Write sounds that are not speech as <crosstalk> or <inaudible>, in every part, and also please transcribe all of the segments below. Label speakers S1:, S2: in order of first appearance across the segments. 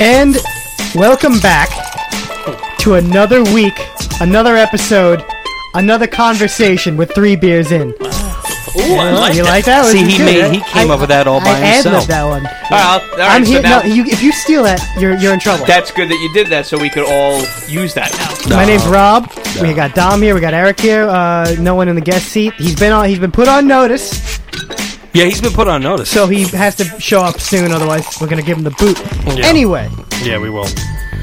S1: And welcome back to another week, another episode, another conversation with three beers in.
S2: Ooh, I like
S1: you
S2: that.
S1: like that? one?
S3: See, he
S1: Good.
S3: made- he came
S1: I-
S3: up with that all by
S1: I ad-libbed
S3: himself.
S1: that one.
S2: All right, I'll- all right,
S1: I'm
S2: so
S1: here.
S2: now-
S1: no, you, if you steal that, you're you're in trouble.
S2: that's good that you did that, so we could all use that now.
S1: My name's Rob. We got Dom here. We got Eric here. Uh, no one in the guest seat. He's been on. He's been put on notice,
S3: Yeah, he's been put on notice.
S1: so he has to show up soon. Otherwise, we're gonna give him the boot.
S3: Yeah.
S1: Anyway,
S3: yeah, we will.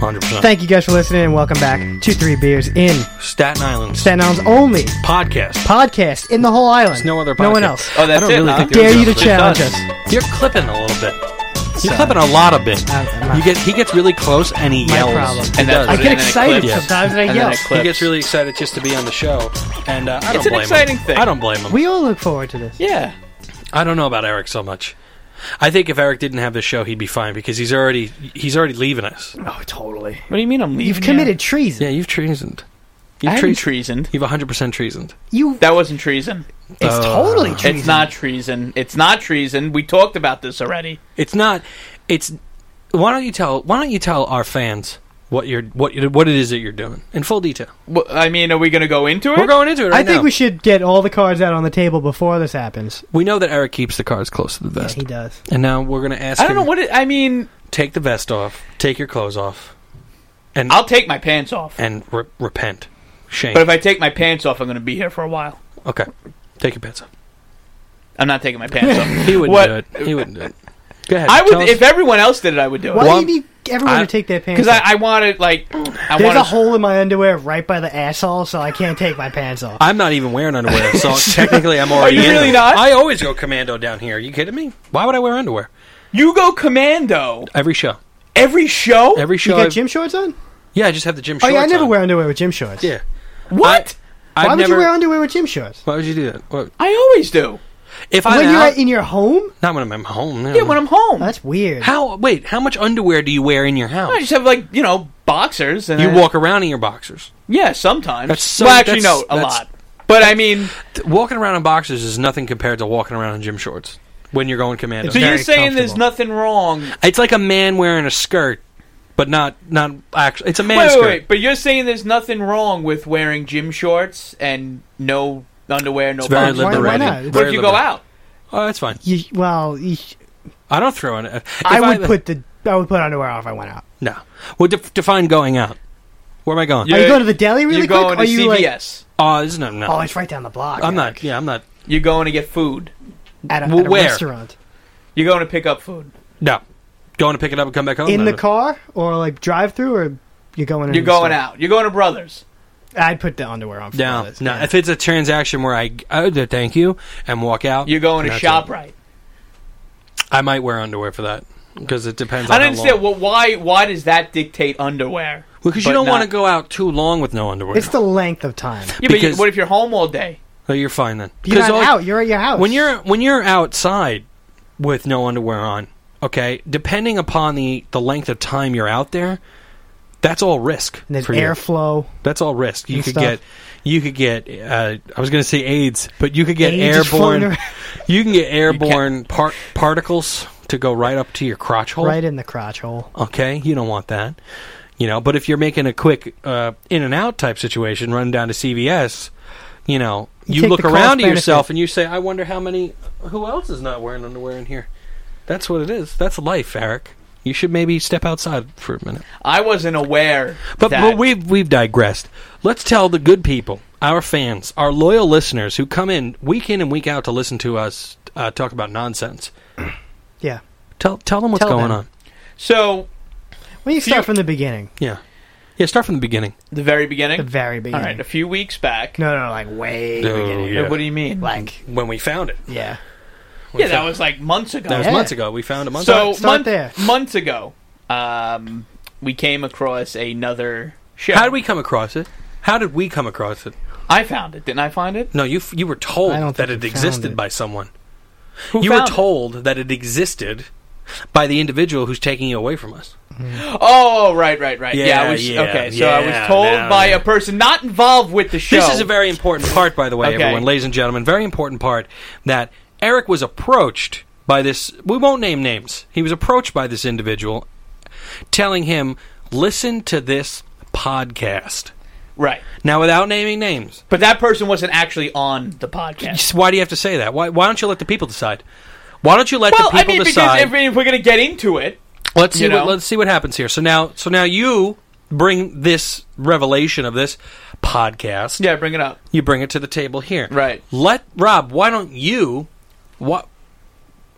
S3: 100%.
S1: thank you guys for listening and welcome back to Three Beers in
S3: Staten Island
S1: Staten Island's only
S3: podcast.
S1: podcast in the whole island.
S3: There's no other podcast.
S1: No one else.
S2: Oh, that's
S3: I don't
S2: it,
S3: really
S2: huh?
S3: think
S1: Dare
S3: there's
S1: you to
S3: another.
S1: challenge
S2: does.
S1: us?
S3: You're clipping a little bit.
S1: So-
S3: You're clipping a lot of bit.
S1: I- I'm not-
S3: You get he gets really close and he
S1: My
S3: yells.
S1: problem.
S3: He
S2: And that's
S3: does.
S1: I
S2: Put it
S1: get
S2: in and it
S1: excited
S2: clips.
S1: sometimes and I
S2: And then
S1: yell.
S2: it
S3: He
S2: clips.
S3: gets really excited just to be on the show, and uh, I don't
S2: It's an
S3: blame
S2: exciting
S3: him.
S2: thing.
S3: I don't blame him.
S1: We all look forward to this.
S2: Yeah.
S3: I don't know about Eric so much. I think if Eric didn't have this show, he'd be fine because he's already he's already leaving us.
S1: Oh, totally.
S2: What do you mean I'm leaving?
S1: You've committed treason.
S3: Yeah, you've treasoned.
S2: I
S3: You've
S2: haven't
S3: treasoned.
S2: treasoned.
S3: You've 100% treasoned.
S1: You.
S2: That wasn't treason.
S1: It's
S3: Uh,
S1: totally
S3: It's
S1: treason.
S2: It's not treason. It's not treason. We talked about this already.
S3: It's not. It's. Why don't you tell? Why don't you tell our fans what you're what you, what it is that you're doing in full detail?
S2: Wha- I mean, are we going to go into it?
S3: We're going into it. Right
S1: I think
S3: now.
S1: we should get all the cards out on the table before this happens.
S3: We know that Eric keeps the cards close to the
S1: Yes,
S3: vest,
S1: he does.
S3: and now we're gonna ask.
S2: I don't
S3: him,
S2: know what it. I mean,
S3: Take the vest off. Take your clothes off, and
S2: I'll take my pants off.
S3: and re- repent. Shame.
S2: But if I take my pants off, I'm going to be here for a while.
S3: okay, take your pants off.
S2: I'm not taking my pants
S1: <laughs>
S2: off.
S3: He wouldn't
S2: What-
S3: do it. He wouldn't do it. Go ahead.
S2: I
S3: tell
S2: would.
S3: us-
S2: If everyone else did it, I would do
S1: Why
S2: it.
S3: Well,
S1: do you need everyone
S3: I-
S1: to take their pants
S2: Because
S1: off?
S2: I, I wanted like I
S1: There's
S2: wanted
S1: a hole in my underwear right by the asshole, so I can't take my pants off.
S3: I'm not even wearing underwear,
S2: <laughs>
S3: so technically I'm already.
S2: you
S3: in
S2: really
S3: it.
S2: not?
S3: I always go commando down here. Are you kidding me? Why would I wear underwear?
S2: You go commando
S3: Every show,
S2: every show.
S3: every show.
S1: you got
S3: I've-
S1: gym shorts on?
S3: yeah, I just have the gym
S1: Oh
S3: shorts.
S1: yeah, I never
S3: on.
S1: wear underwear with gym shorts.
S3: Yeah.
S2: what?
S3: I,
S1: Why
S3: I've
S1: would
S3: never,
S1: you wear underwear with gym shorts?
S3: Why would you do that? What,
S2: I always do.
S3: if I'm
S1: when you're
S3: out,
S1: at- e- in your home?
S3: not when I'm at home. no.
S2: Yeah, when I'm home,
S1: Oh, that's weird.
S3: how? Wait, how much underwear do you wear in your
S2: I
S3: house?
S2: just have like you know boxers and
S3: You
S2: I-
S3: walk around in your boxers.
S2: Yeah, sometimes.
S3: That's so-
S2: well, actually,
S3: that's-
S2: no, a
S3: that's-
S2: lot. But I mean,
S3: Th- Walking around in boxers is nothing compared to walking around in gym shorts when you're going commando.
S1: It's
S2: so you're
S1: very
S2: saying there's
S1: comfortable.
S2: nothing wrong.
S3: It's like a man wearing a skirt, but not not actually. It's a man
S2: Wait, wait,
S3: skirt.
S2: wait. But you're saying there's nothing wrong with wearing gym shorts and no underwear, no
S3: It's very
S2: boxers.
S1: Why- why
S3: liberating.
S1: not?
S3: Very
S1: But
S2: But if you go
S3: liberating.
S2: out,
S3: oh, that's fine.
S1: You, well, you,
S3: I don't throw in it. If
S1: I would put the I would put underwear on if I went out.
S3: no. Well, def- define going out. Where am I going?
S1: Are
S2: You're-
S1: you going to the deli really
S2: you're
S1: quick?
S2: going
S1: are
S2: to
S1: you like,
S2: CVS.
S3: Oh, this is not. No.
S1: oh, it's right down the block.
S3: I'm
S1: Eric.
S3: not. Yeah, I'm not.
S2: You're going to get food.
S1: at a,
S3: Well,
S1: at a
S3: where?
S1: restaurant.
S2: You're going to pick up food.
S3: No. Going to pick it up and come back home
S1: in
S3: Oh, No,
S1: the
S3: no.
S1: car or like drive through or you're going in
S2: You're
S1: the
S2: going
S1: store?
S2: out. You're going to Brothers.
S1: I'd put the underwear on. For all
S3: No,
S1: this,
S3: no.
S1: yeah.
S3: If it's a transaction where I, I would thank you and walk out,
S2: You're going to
S3: that's it.
S2: ShopRite.
S3: I might wear underwear for that because it depends. On
S2: I don't understand. Well, why? Why does that dictate underwear?
S3: because
S2: but
S3: you don't
S2: not-
S3: want to go out too long with no underwear.
S1: it's the length of time.
S2: Yeah, but you-
S3: Because-
S2: what if you're home all day?
S3: so you're fine then.
S1: You're
S3: 'Cause
S1: not
S3: all-
S1: out. You're at your house.
S3: When you're when you're outside with no underwear on, okay. Depending upon the the length of time you're out there, that's all risk
S1: and there's
S3: for you.
S1: airflow.
S3: That's all risk. You
S1: and
S3: could
S1: stuff.
S3: get, you could get. Uh, I was going to say AIDS, but you could get
S1: AIDS is floating <laughs>
S3: airborne.
S1: around.
S3: You can get airborne par- particles to go right up to your crotch hole.
S1: right in the crotch hole.
S3: Okay, you don't want that. You know, but if you're making a quick uh, in and out type situation, running down to CVS, you know,
S1: You
S3: you,
S1: take
S3: look
S1: the
S3: around
S1: cost
S3: at yourself
S1: benefit.
S3: and you say, "I wonder how many who else is not wearing underwear in here." That's what it is. That's life, Eric. You should maybe step outside for a minute.
S2: I wasn't aware.
S3: But,
S2: that.
S3: but we've we've digressed. Let's tell the good people, our fans, our loyal listeners who come in week in and week out to listen to us uh, talk about nonsense.
S1: Yeah.
S3: Tell tell them what's
S1: Tell
S3: going
S1: them.
S3: on.
S2: so
S1: When you start
S2: you-
S1: from the beginning,
S3: Yeah, yeah. Start from the beginning.
S2: the very beginning.
S1: the very
S2: all
S1: beginning.
S2: right, a few weeks back.
S1: No, no, no, like way
S3: No,
S1: beginning.
S3: yeah.
S2: What do you mean?
S1: Like,
S3: When we found it,
S1: yeah.
S3: When
S2: yeah,
S3: we
S2: that
S3: found-
S2: was like months ago.
S3: that was
S1: Yeah.
S3: months ago. We found it months
S2: so
S3: ago.
S1: Start- start
S2: month-
S1: there.
S2: months ago, um, we came across another show.
S3: How did we come across it? How did we come across it?
S2: I found it. Didn't I find it?
S3: No, you f- you were told
S1: I don't
S3: that
S1: think
S3: it
S1: we found
S3: existed
S1: it.
S3: by someone.
S2: Who
S3: you were
S2: found it?
S3: told that it existed by the individual who's taking you away from us.
S2: Oh, right, right, right. Yeah, I
S3: Yeah,
S2: was
S3: yeah,
S2: okay. So I
S3: yeah,
S2: was told
S3: now,
S2: by
S3: yeah.
S2: a person not involved with the show.
S3: This is a very important part, by the way,
S2: Okay.
S3: everyone, ladies and gentlemen. Very important part that Eric was approached by this. We won't name names. He was approached by this individual, telling him, listen to this podcast.
S2: Right.
S3: Now, without naming names,
S2: But that person wasn't actually on the podcast.
S3: just why do you have to say that? Why, why don't you let the people decide? Why don't you let
S2: Well,
S3: the
S2: I
S3: people
S2: mean, because
S3: decide?
S2: if, if we're going to get into it,
S3: let's see.
S2: you
S3: What,
S2: know?
S3: let's see what happens here. So now, so now you bring this revelation of this podcast.
S2: yeah, bring it up.
S3: you bring it to the table here.
S2: Right.
S3: Let Rob. Why don't you? What?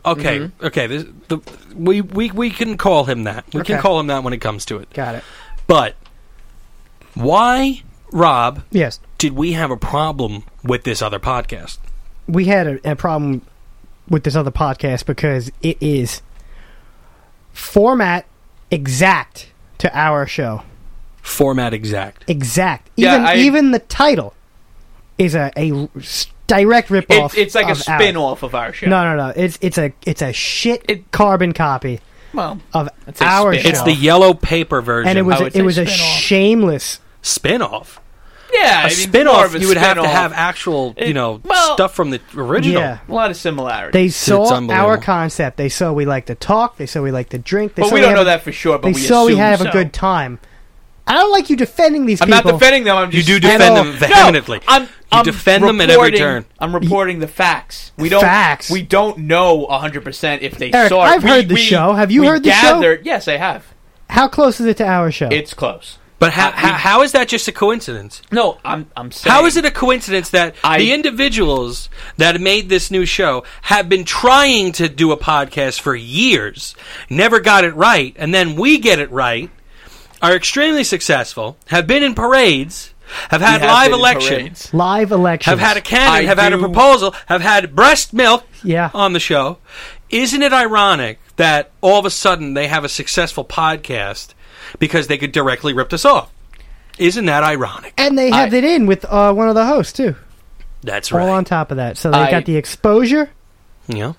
S3: Okay. Okay. This, the, we we we can call him that. We can
S1: Okay.
S3: call him that when it comes to it.
S1: Got it.
S3: But why, Rob?
S1: Yes.
S3: Did we have a problem with this other podcast?
S1: we had a, a problem with this other podcast because it is format exact to our show.
S3: Format exact.
S1: Exact.
S2: Yeah,
S1: Even
S2: I-
S1: even the title is a, a s- direct ripoff.
S2: It's it's like a
S1: of ours.
S2: spin off of our show.
S1: No, no, no. It's it's a it's a shit
S2: It-
S1: carbon copy
S2: Well,
S1: of
S2: I'd say
S1: our
S2: spin-off.
S1: show.
S3: It's the yellow paper version.
S1: and it was
S2: I
S1: a,
S2: would
S1: it
S2: say
S1: was a
S2: spin-off.
S1: shameless.
S3: spin-off.
S2: yeah,
S3: A
S2: I mean, more
S3: spin-off.
S2: of a
S3: you would have to
S2: spin-off.
S3: have actual, you
S2: It-
S3: know,
S2: well-
S3: stuff from the original.
S1: Yeah.
S2: a lot of similarities.
S1: They saw
S3: unbelievable.
S1: our concept. They saw we like to talk. They saw we like to drink. They
S2: but
S1: saw
S2: we don't
S1: have
S2: know
S1: a-
S2: that for sure. But
S1: They
S2: we
S1: saw we
S2: assume
S1: have
S2: so.
S1: a good time. I don't like you defending these
S2: I'm
S1: people.
S2: not defending them. I'm
S3: You
S2: just
S3: do
S1: At
S3: defend
S1: all.
S3: them vehemently.
S2: No, I'm, I'm
S3: defend them at every
S2: reporting-
S3: turn.
S2: I'm reporting the facts. We don't
S1: Facts.
S2: We don't know 100 percent if they
S1: Eric,
S2: saw it.
S1: I've
S2: We-
S1: heard the
S2: we-
S1: show. Have you
S2: we
S1: heard the show?
S2: gathered- Yes, I have.
S1: How close is it to our show?
S2: It's close.
S3: But how,
S2: I-
S3: how, how is that just a coincidence?
S2: No, I'm I'm saying
S3: How is it a coincidence that
S2: I-
S3: the individuals that made this new show have been trying to do a podcast for years, never got it right, and then we get it right, are extremely successful, have been in parades, have
S2: We
S3: had
S2: have
S3: live
S2: been in
S3: elections,
S2: parades.
S1: live election.
S3: have had a cannon,
S2: I
S3: have had a
S2: do-
S3: proposal, have had breast milk
S1: Yeah.
S3: on the show. Isn't it ironic that all of a sudden they have a successful podcast because they could directly rip us off? Isn't that ironic?
S1: and they have
S2: I-
S1: it in with uh, one of the hosts too.
S3: That's
S1: All
S3: right.
S1: on top of that, so they
S2: I-
S1: got the exposure
S3: yeah.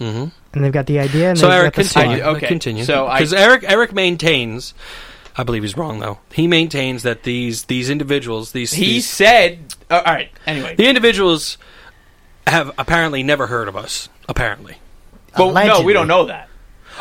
S1: and they've got the idea. And
S3: So
S1: they've
S3: Eric,
S1: got the spot.
S3: continue.
S2: I- okay.
S3: uh, Continue.
S2: So I-
S3: because Eric Eric maintains, I believe he's wrong though. He maintains that these these individuals these
S2: He
S3: these,
S2: said. uh, all right. Anyway,
S3: the individuals have apparently never heard of us. Apparently,
S2: but no,
S1: Allegedly.
S2: we don't know that.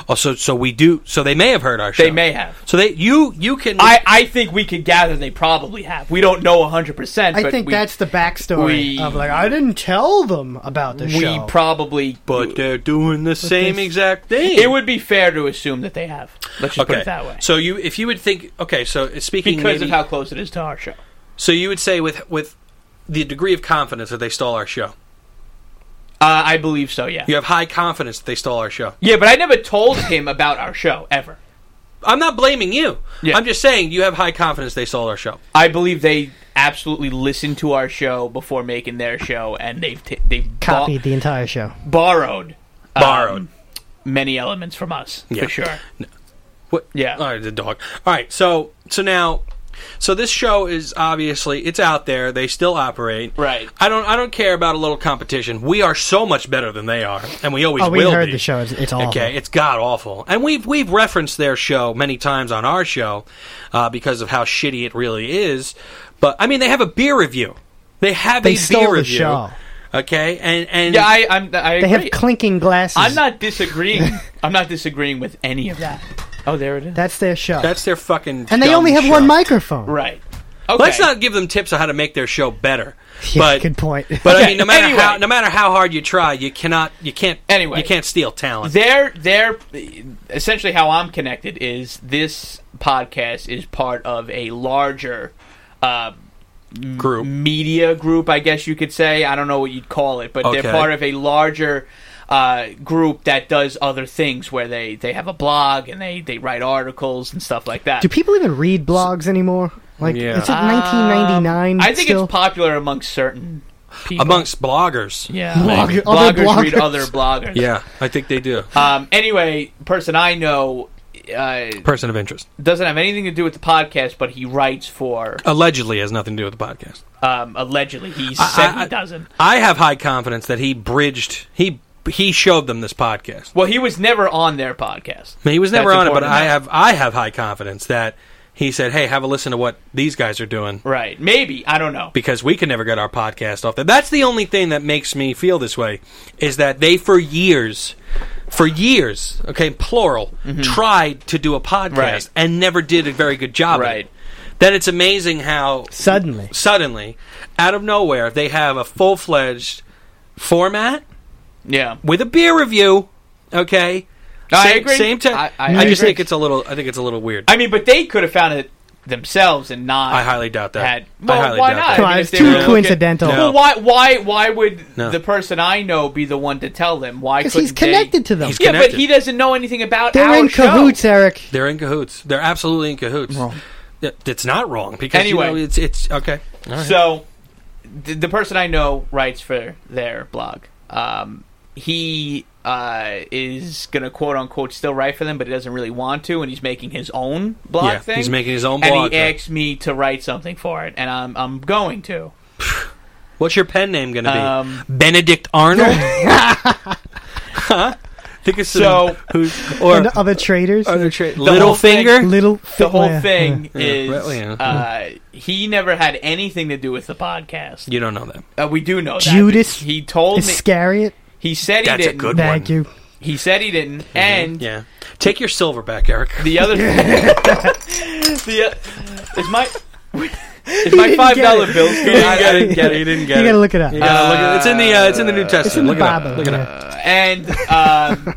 S3: oh, so so we do. So they may have heard our show.
S2: They may have.
S3: So they you you can
S2: I, I think we could gather they probably have. We don't know 100%.
S1: I
S2: but
S1: think
S2: we,
S1: that's the backstory
S2: we-
S1: of like I didn't tell them about the
S2: We
S1: show.
S2: probably.
S3: but they're doing the same
S1: they-
S3: exact thing.
S2: It would be fair to assume that they have. Let's just
S3: okay.
S2: put it that way.
S3: So you if you would think okay, so speaking
S2: because of
S3: maybe-
S2: how close it is to our show.
S3: so you would say with with the degree of confidence that they stole our show.
S2: Uh, I believe so, yeah.
S3: You have high confidence that they stole our show.
S2: Yeah, but I never told him about our show, ever.
S3: I'm not blaming you.
S2: Yeah.
S3: I'm just saying you have high confidence they sold our show.
S2: I believe they absolutely listened to our show before making their show, and they've, t- they've bo-
S1: copied the entire show.
S2: borrowed. um,
S3: Borrowed.
S2: many elements from us,
S3: Yeah.
S2: for sure.
S3: What?
S2: Yeah.
S3: All right, the dog. All right. So so now, so this show is obviously it's out there. They still operate.
S2: Right.
S3: I don't I don't care about a little competition. We are so much better than they are, and we always
S1: Oh, we
S3: will
S1: heard
S3: be.
S1: the show. It's, it's awful.
S3: Okay, it's god awful, and we've we've referenced their show many times on our show uh, because of how shitty it really is. But I mean, they have a beer review. They have
S1: They
S3: a
S1: stole
S3: beer
S1: the
S3: review.
S1: show.
S3: Okay, and and
S2: Yeah, I, I'm, I
S1: They have
S2: agree.
S1: clinking glasses.
S2: I'm not disagreeing. I'm not disagreeing with any of that. Oh, there it is.
S1: That's their show.
S3: that's their fucking.
S1: and they
S3: dumb
S1: only have
S3: show.
S1: one microphone.
S2: right. Okay.
S3: Let's not give them tips on how to make their show
S2: <laughs>
S3: better.
S1: Yeah,
S3: but
S1: good point.
S3: but I
S2: Okay,
S3: mean, no matter
S2: anyway.
S3: how no matter how hard you try, you cannot you can't
S2: Anyway.
S3: you can't steal talent.
S2: They're they're essentially how I'm connected is this podcast is part of a larger uh,
S3: group.
S2: media group, I guess you could say. I don't know what you'd call it, but
S3: Okay.
S2: they're part of a larger uh, group that does other things where they, they have a blog and they, they write articles and stuff like that.
S1: Do people even read blogs anymore? Like
S3: Yeah.
S1: it's like 1999.
S2: Um, Uh, I think
S1: still?
S2: it's popular amongst certain people.
S3: amongst bloggers.
S2: yeah,
S1: Blog-
S2: bloggers,
S1: other
S2: read
S1: bloggers.
S2: other bloggers.
S3: Yeah, I think they do.
S2: Um, anyway, person I know uh,
S3: Person of interest
S2: doesn't have anything to do with the podcast, but he writes for.
S3: allegedly has nothing to do with the podcast.
S2: Um, allegedly, he
S3: I-
S2: said
S3: I-
S2: he doesn't.
S3: I have high confidence that he bridged. He he showed them this podcast.
S2: Well, he was never on their podcast.
S3: I mean, he was never
S2: That's
S3: on it, but
S2: important
S3: I
S2: to know.
S3: have I have high confidence that he said, "Hey, have a listen to what these guys are doing."
S2: Right? Maybe I don't know.
S3: because we can never get our podcast off there. That's the only thing that makes me feel this way is that they for years for years, okay, plural, tried to do a podcast
S2: Mm-hmm. Right.
S3: and never did a very good job. Right.
S2: Right.
S3: Then it's amazing how
S1: Suddenly.
S3: suddenly, out of nowhere, they have a full fledged format
S2: Yeah.
S3: with a beer review. Okay,
S2: I
S3: same,
S2: agree.
S3: Same time.
S2: I-
S3: I,
S2: I- I
S3: just
S2: agree.
S3: think it's a little. I think it's a little weird. I,
S2: I mean, but they could have found it themselves and not.
S3: highly doubt that.
S2: Had,
S3: I
S2: well,
S3: highly
S2: why
S3: doubt
S2: not?
S3: that.
S1: Come
S2: I mean,
S1: on,
S2: if
S1: it's
S2: they
S1: too
S2: were looking-
S1: coincidental.
S3: No.
S2: Well, why? Why? Why would
S3: No.
S2: the person I know be the one to tell them? Why?
S1: Because he's
S2: couldn't they-
S1: connected to them.
S3: He's
S2: Yeah,
S3: Connected.
S2: but he doesn't know anything about.
S1: They're
S2: our
S1: in
S2: show.
S1: cahoots, Eric.
S3: They're in cahoots. They're absolutely in cahoots.
S1: Wrong.
S3: Yeah, It's not wrong because you
S2: Anyway.
S3: know, it's it's okay. All right.
S2: So, the, the person I know writes for their blog. Um, he uh, is going to quote unquote still write for them, but he doesn't really want to, and he's making his own blog
S3: yeah,
S2: thing.
S3: he's making his own
S2: and
S3: blog.
S2: he
S3: thing.
S2: asked me to write something for it, and I'm I'm going to.
S3: What's your pen name going to be?
S2: Um,
S3: Benedict <laughs> Arnold. huh? Think of some-
S2: So-
S3: who's or
S1: and other traders.
S3: other tra-
S2: whole
S3: little finger.
S1: little
S2: The whole
S1: yeah,
S2: thing
S3: <laughs> Yeah,
S2: is
S3: well, yeah.
S2: uh, he never had anything to do with the podcast.
S3: You don't know that.
S2: Uh, we do know that
S1: Judas
S2: He told
S1: yeah.
S2: me
S1: Iscariot.
S2: he said he
S3: That's a
S2: didn't.
S3: good-
S1: Thank
S3: one.
S1: you.
S2: He said he didn't, and
S3: Yeah, take your silver back, Eric. <laughs>
S2: The other <laughs> the, uh, is my
S1: <laughs>
S2: is my
S1: didn't
S2: five
S1: get
S2: dollar
S1: it.
S2: bill.
S3: He didn't get it. Get it. He didn't get
S1: <laughs> You
S3: it.
S1: gotta look it up.
S3: You gotta look it- It's in the uh, it's in the New Testament.
S1: in the
S3: look it up.
S1: Bible,
S3: Look it
S1: yeah.
S3: up.
S2: And um,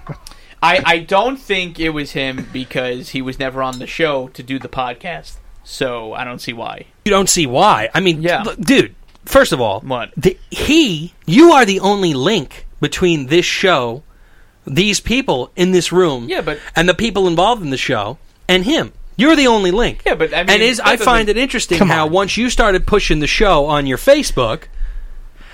S2: I I don't think it was him because he was never on the show to do the podcast. So I don't see why.
S3: You don't see why. I mean,
S2: Yeah.
S3: look, dude. First of all,
S2: What?
S3: the, he, you are the only link between this show, these people in this room,
S2: Yeah, but-
S3: and the people involved in the show, and him. You're the only link.
S2: Yeah, but I mean,
S3: and is
S2: that
S3: I
S2: doesn't-
S3: find it interesting
S1: Come
S3: how
S1: on.
S3: once you started pushing the show on your Facebook,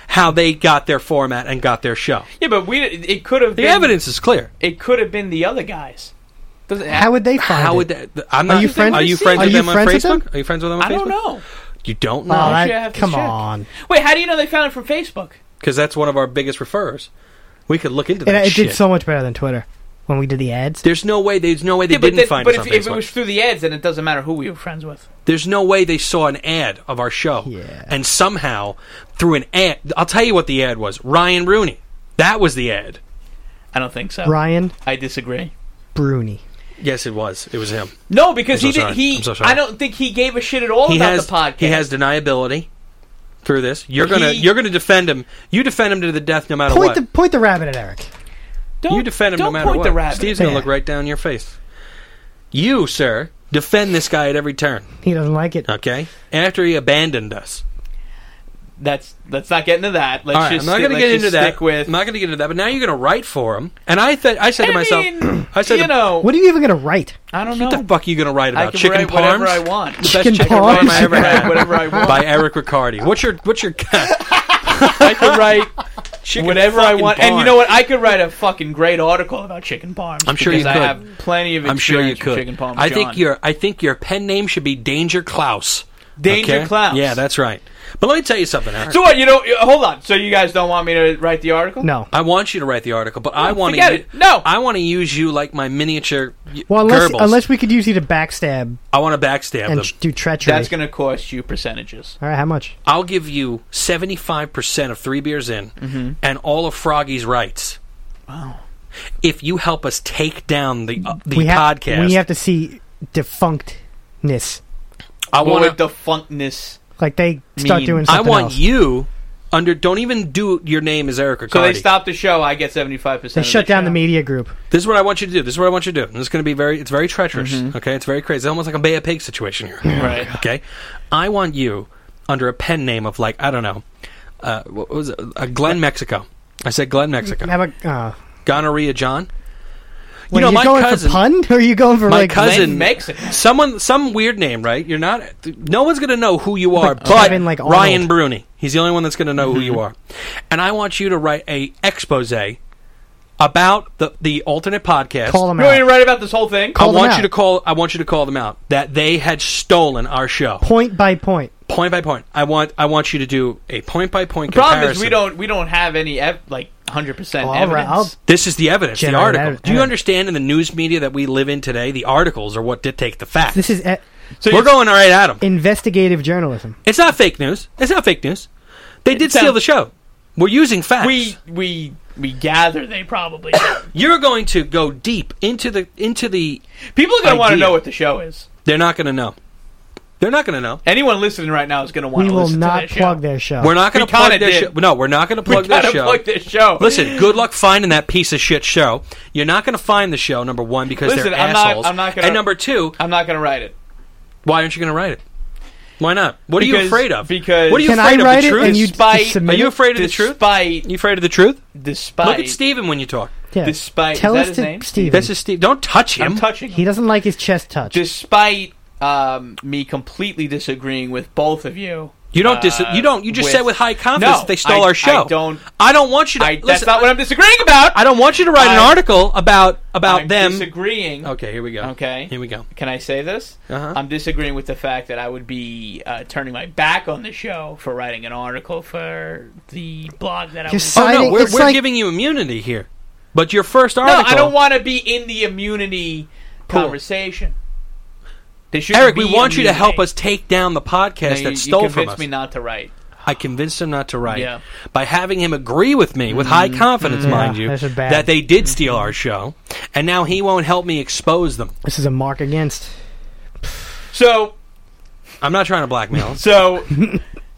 S3: how they got their format and got their show.
S2: Yeah, but we it could have
S3: The
S2: been
S3: evidence is clear.
S2: It could have been the other guys. Doesn't
S1: How would they find
S3: How
S1: it?
S3: would that? I'm not.
S1: you friends-
S3: Are you friends
S1: Are
S3: with
S1: you
S3: them on
S1: friends with them?
S3: Facebook? Are you friends with them on
S2: I
S3: Facebook?
S2: don't know.
S3: You don't
S1: Oh,
S3: know.
S2: I
S1: that-
S2: should have to
S1: come
S2: check.
S1: on.
S2: Wait, how do you know they found it from Facebook?
S3: because that's one of our biggest referrers. We could look into
S1: And
S3: that
S1: it
S3: shit.
S1: did so much better than Twitter when we did the ads.
S3: there's no way. There's no way they
S2: yeah, but
S3: didn't
S2: then-
S3: find
S2: but
S3: us
S2: if,
S3: on
S2: if it
S3: Facebook.
S2: was through the ads, then it doesn't matter who we were friends with.
S3: There's no way they saw an ad of our show,
S1: Yeah.
S3: and somehow through an ad, I'll tell you what the ad was. Ryan Rooney. That was the ad.
S2: I don't think so.
S1: Ryan
S2: I disagree.
S1: Bruni.
S3: Yes, it was. It was him.
S2: No, because
S3: I'm so
S2: he
S3: sorry.
S2: did. He.
S3: I'm so sorry.
S2: I don't think he gave a shit at all
S3: he
S2: about
S3: has
S2: the podcast.
S3: he has deniability through this. You're
S2: But
S3: gonna
S2: he-
S3: you're gonna defend him. You defend him to the death, no matter
S1: Point
S3: what.
S1: the point the rabbit at Eric.
S2: Don't,
S3: you defend him
S2: don't
S3: no matter
S2: point
S3: what.
S2: The rabbit.
S3: Steve's gonna
S1: Yeah.
S3: look right down your face. You, sir, defend this guy at every turn.
S1: He doesn't like it.
S3: Okay, after he abandoned us.
S2: That's. Let's not get into that. Let's
S3: All right,
S2: just.
S3: I'm not
S2: going
S3: going
S2: to
S3: to get into that.
S2: Stick with.
S3: I'm not going to get into that. But now you're going to write for him, and I th- I said to
S2: I
S3: myself,
S2: mean,
S3: I said,
S2: you
S3: to-
S2: know,
S1: What are you even gonna write?
S2: I don't know.
S3: what the fuck are you going to write
S2: I
S3: about?
S2: can
S3: Chicken
S2: write whatever
S3: parms?
S2: I want.
S3: The
S1: Chicken
S3: best chicken
S1: parms?
S3: parm <laughs> I
S1: <laughs>
S3: ever had.
S2: Whatever I want.
S3: by Eric Riccardi. What's your what's your
S2: <laughs> I could write
S3: chicken
S2: whatever I
S3: fucking
S2: want, and
S3: parm.
S2: you know what? I could write a fucking great article about chicken parms.
S3: I'm sure
S2: because
S3: you
S2: I
S3: could.
S2: have plenty of.
S3: I'm sure you
S2: experience
S3: could.
S2: with Chicken parms.
S3: I think your I think your pen name should be Danger Klaus.
S2: Danger
S3: Okay?
S2: Klaus.
S3: Yeah, that's right. But let me tell you something, Eric.
S2: So what? You don't. Hold on. So you guys don't want me to write the article?
S1: No.
S3: I want you to write the article, but I want
S2: forget
S3: to
S2: it. No.
S3: I want to use you like my miniature y-
S1: Well, unless
S3: Goebbels.
S1: unless we could use you to backstab
S3: I want to backstab
S1: and
S3: them.
S1: sh- do treachery.
S2: That's going to cost you percentages.
S1: All right, how much?
S3: I'll give you 75% of Three Beers In
S1: Mm-hmm.
S3: and all of Froggy's rights. Wow. If you help us take down the uh, the
S1: we have
S3: podcast,
S1: we have to see defunctness.
S3: I
S2: What
S3: want
S2: would the funkness?
S1: Like they start
S2: Mean.
S1: doing
S3: I
S1: something
S3: want
S1: else.
S3: you under don't even do your name as Eric
S2: So
S3: Riccardi.
S2: they stop the show. I get seventy five
S1: They
S2: percent.
S1: shut down the media group.
S3: This is what I want you to do. This is what I want you to do. And it's going to be very it's very treacherous,
S1: Mm-hmm.
S3: okay? It's very crazy. It's almost like a Bay of Pigs situation here.
S2: Right.
S3: Okay? I want you under a pen name of like, I don't know. Uh, what was it? Uh, Glen Mexico. I said Glen Mexico.
S1: How about uh,
S3: Gonorrhea John. You
S1: wait,
S3: know,
S1: are you
S3: my
S1: going
S3: cousin,
S1: for pun <laughs> or are you going for
S3: My
S1: like
S3: cousin-
S2: Glenn Mexico.
S3: someone, some weird name, right? You're not. No one's gonna know who you are,
S1: Like
S3: but
S1: Kevin, like Arnold.
S3: Ryan Bruni. He's the only one that's gonna know who
S2: Mm-hmm.
S3: you are. And I want you to write a expose about the the alternate podcast.
S1: call them
S2: You want me to
S1: out?
S2: write about this whole thing?
S1: Call
S3: I
S1: them
S3: want
S1: out.
S3: you to call. I want you to call them out that they had stolen our show,
S1: Point by point.
S3: point by point. I want. I want you to do a point by point
S2: The problem
S3: comparison.
S2: is we don't we don't have any ev- like hundred percent
S1: Well, I'll,
S2: evidence.
S1: ri- I'll
S3: This is the evidence, the
S1: Generate
S3: article.
S1: ev-
S3: Do you
S1: evidence.
S3: understand in the news media that we live in today? The articles are what dictate the facts.
S1: This is e-
S2: so
S3: We're
S2: you-
S3: going all right at 'em.
S1: investigative journalism.
S3: It's not fake news. It's not fake news. They did
S2: sounds-
S3: steal the show. We're using facts.
S2: We we we gather they
S1: <coughs>
S2: probably do.
S3: You're going to go deep into the into the.
S2: people are going to want to
S3: Idea.
S2: know what the show is.
S3: They're not going to know. They're not going to know.
S2: Anyone listening right now is going to want
S1: We
S2: to
S1: will
S2: listen
S1: not
S2: to that
S1: plug
S2: show.
S1: their show.
S3: We're not going
S2: We
S3: to plug
S2: kinda
S3: their show.
S2: did.
S3: No, we're not going to plug
S2: we
S3: their
S2: <laughs> gotta
S3: show.
S2: plug this show.
S3: Listen, good luck finding that piece of shit show. You're not going to find the show number one because
S2: Listen,
S3: they're
S2: I'm not-
S3: assholes.
S2: I'm not gonna-
S3: and number two,
S2: I'm not going to write it.
S3: why aren't you going to write it? Why not? What are you
S2: Because-
S3: afraid of?
S2: because-
S3: what are you
S1: Can I
S3: afraid of?
S1: write
S3: The
S1: it
S3: truth.
S1: and you
S2: Despite-
S1: just submit
S3: Are you
S1: it?
S3: afraid of the truth?
S2: Despite,
S3: You afraid of the truth?
S2: despite.
S3: Look at Steven when you talk.
S1: Yeah.
S2: despite- is
S1: Tell
S2: that
S1: us
S2: his
S1: to
S2: name?
S1: Steven.
S3: This is Steve. Don't touch him.
S2: I'm touching.
S1: he doesn't like his chest touched.
S2: despite um, me completely disagreeing with both of you.
S3: you don't. Dis-
S2: uh,
S3: you don't. You just
S2: with-
S3: said with high confidence
S2: No,
S3: that they stole
S2: I-
S3: our show.
S2: I don't.
S3: I don't want you to.
S2: I,
S3: listen,
S2: that's not what I'm disagreeing about.
S3: I don't want you to write an
S2: I'm-
S3: article about about
S2: I'm
S3: them.
S2: disagreeing.
S3: Okay, here we go.
S2: Okay.
S3: here we go.
S2: Can I say this?
S3: Uh-huh.
S2: I'm disagreeing with the fact that I would be uh, turning my back on the show for writing an article for the blog that I
S1: You're
S2: was.
S1: so-
S3: Oh no,
S1: Deciding-
S3: we're,
S1: it's
S3: we're
S1: like-
S3: giving you immunity here. But your first
S2: no,
S3: article.
S2: I don't want to be in the immunity
S3: Cool.
S2: conversation. There shouldn't
S3: Eric, we
S2: be
S3: want you to
S2: immunity.
S3: help us take down the
S2: No,
S3: podcast
S2: you,
S3: that
S2: you
S3: stole
S2: convinced
S3: from us.
S2: me not to write.
S3: I convinced him not to write
S2: Yeah. Mm-hmm.
S3: by having him agree with me with high confidence,
S1: Yeah,
S3: mind you,
S1: those are bad.
S3: that they did steal our show, and now he won't help me expose them.
S1: This is a mark against.
S2: So,
S3: I'm not trying to blackmail. him.
S2: so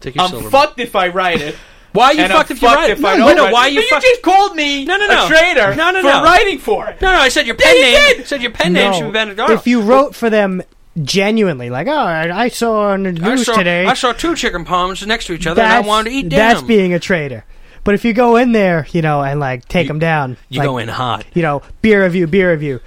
S3: Take your
S2: I'm
S3: silver.
S2: fucked if I write it.
S3: why are you
S2: and
S3: fucked
S2: I'm
S3: if you write? it?
S2: if I
S3: no,
S2: don't
S3: no,
S2: write
S3: why are
S2: it.
S3: you
S2: But
S3: fucked?
S2: just called me
S3: No, no, no.
S2: a traitor
S3: No, no,
S2: for
S3: no.
S2: writing for it.
S3: no, no, I said your
S2: Yeah,
S3: pen
S2: you
S3: name.
S2: did.
S3: I said your pen name should be Benedict Arnold.
S1: If you wrote for them genuinely, like, oh, I I saw on the
S3: I
S1: news
S3: saw,
S1: today.
S3: I saw two chicken palms next to each other, and I wanted to eat
S1: that's
S3: them.
S1: being a traitor. But if you go in there, you know, and like take them down,
S3: you
S1: like,
S3: go in hot.
S1: you know, beer review, beer review,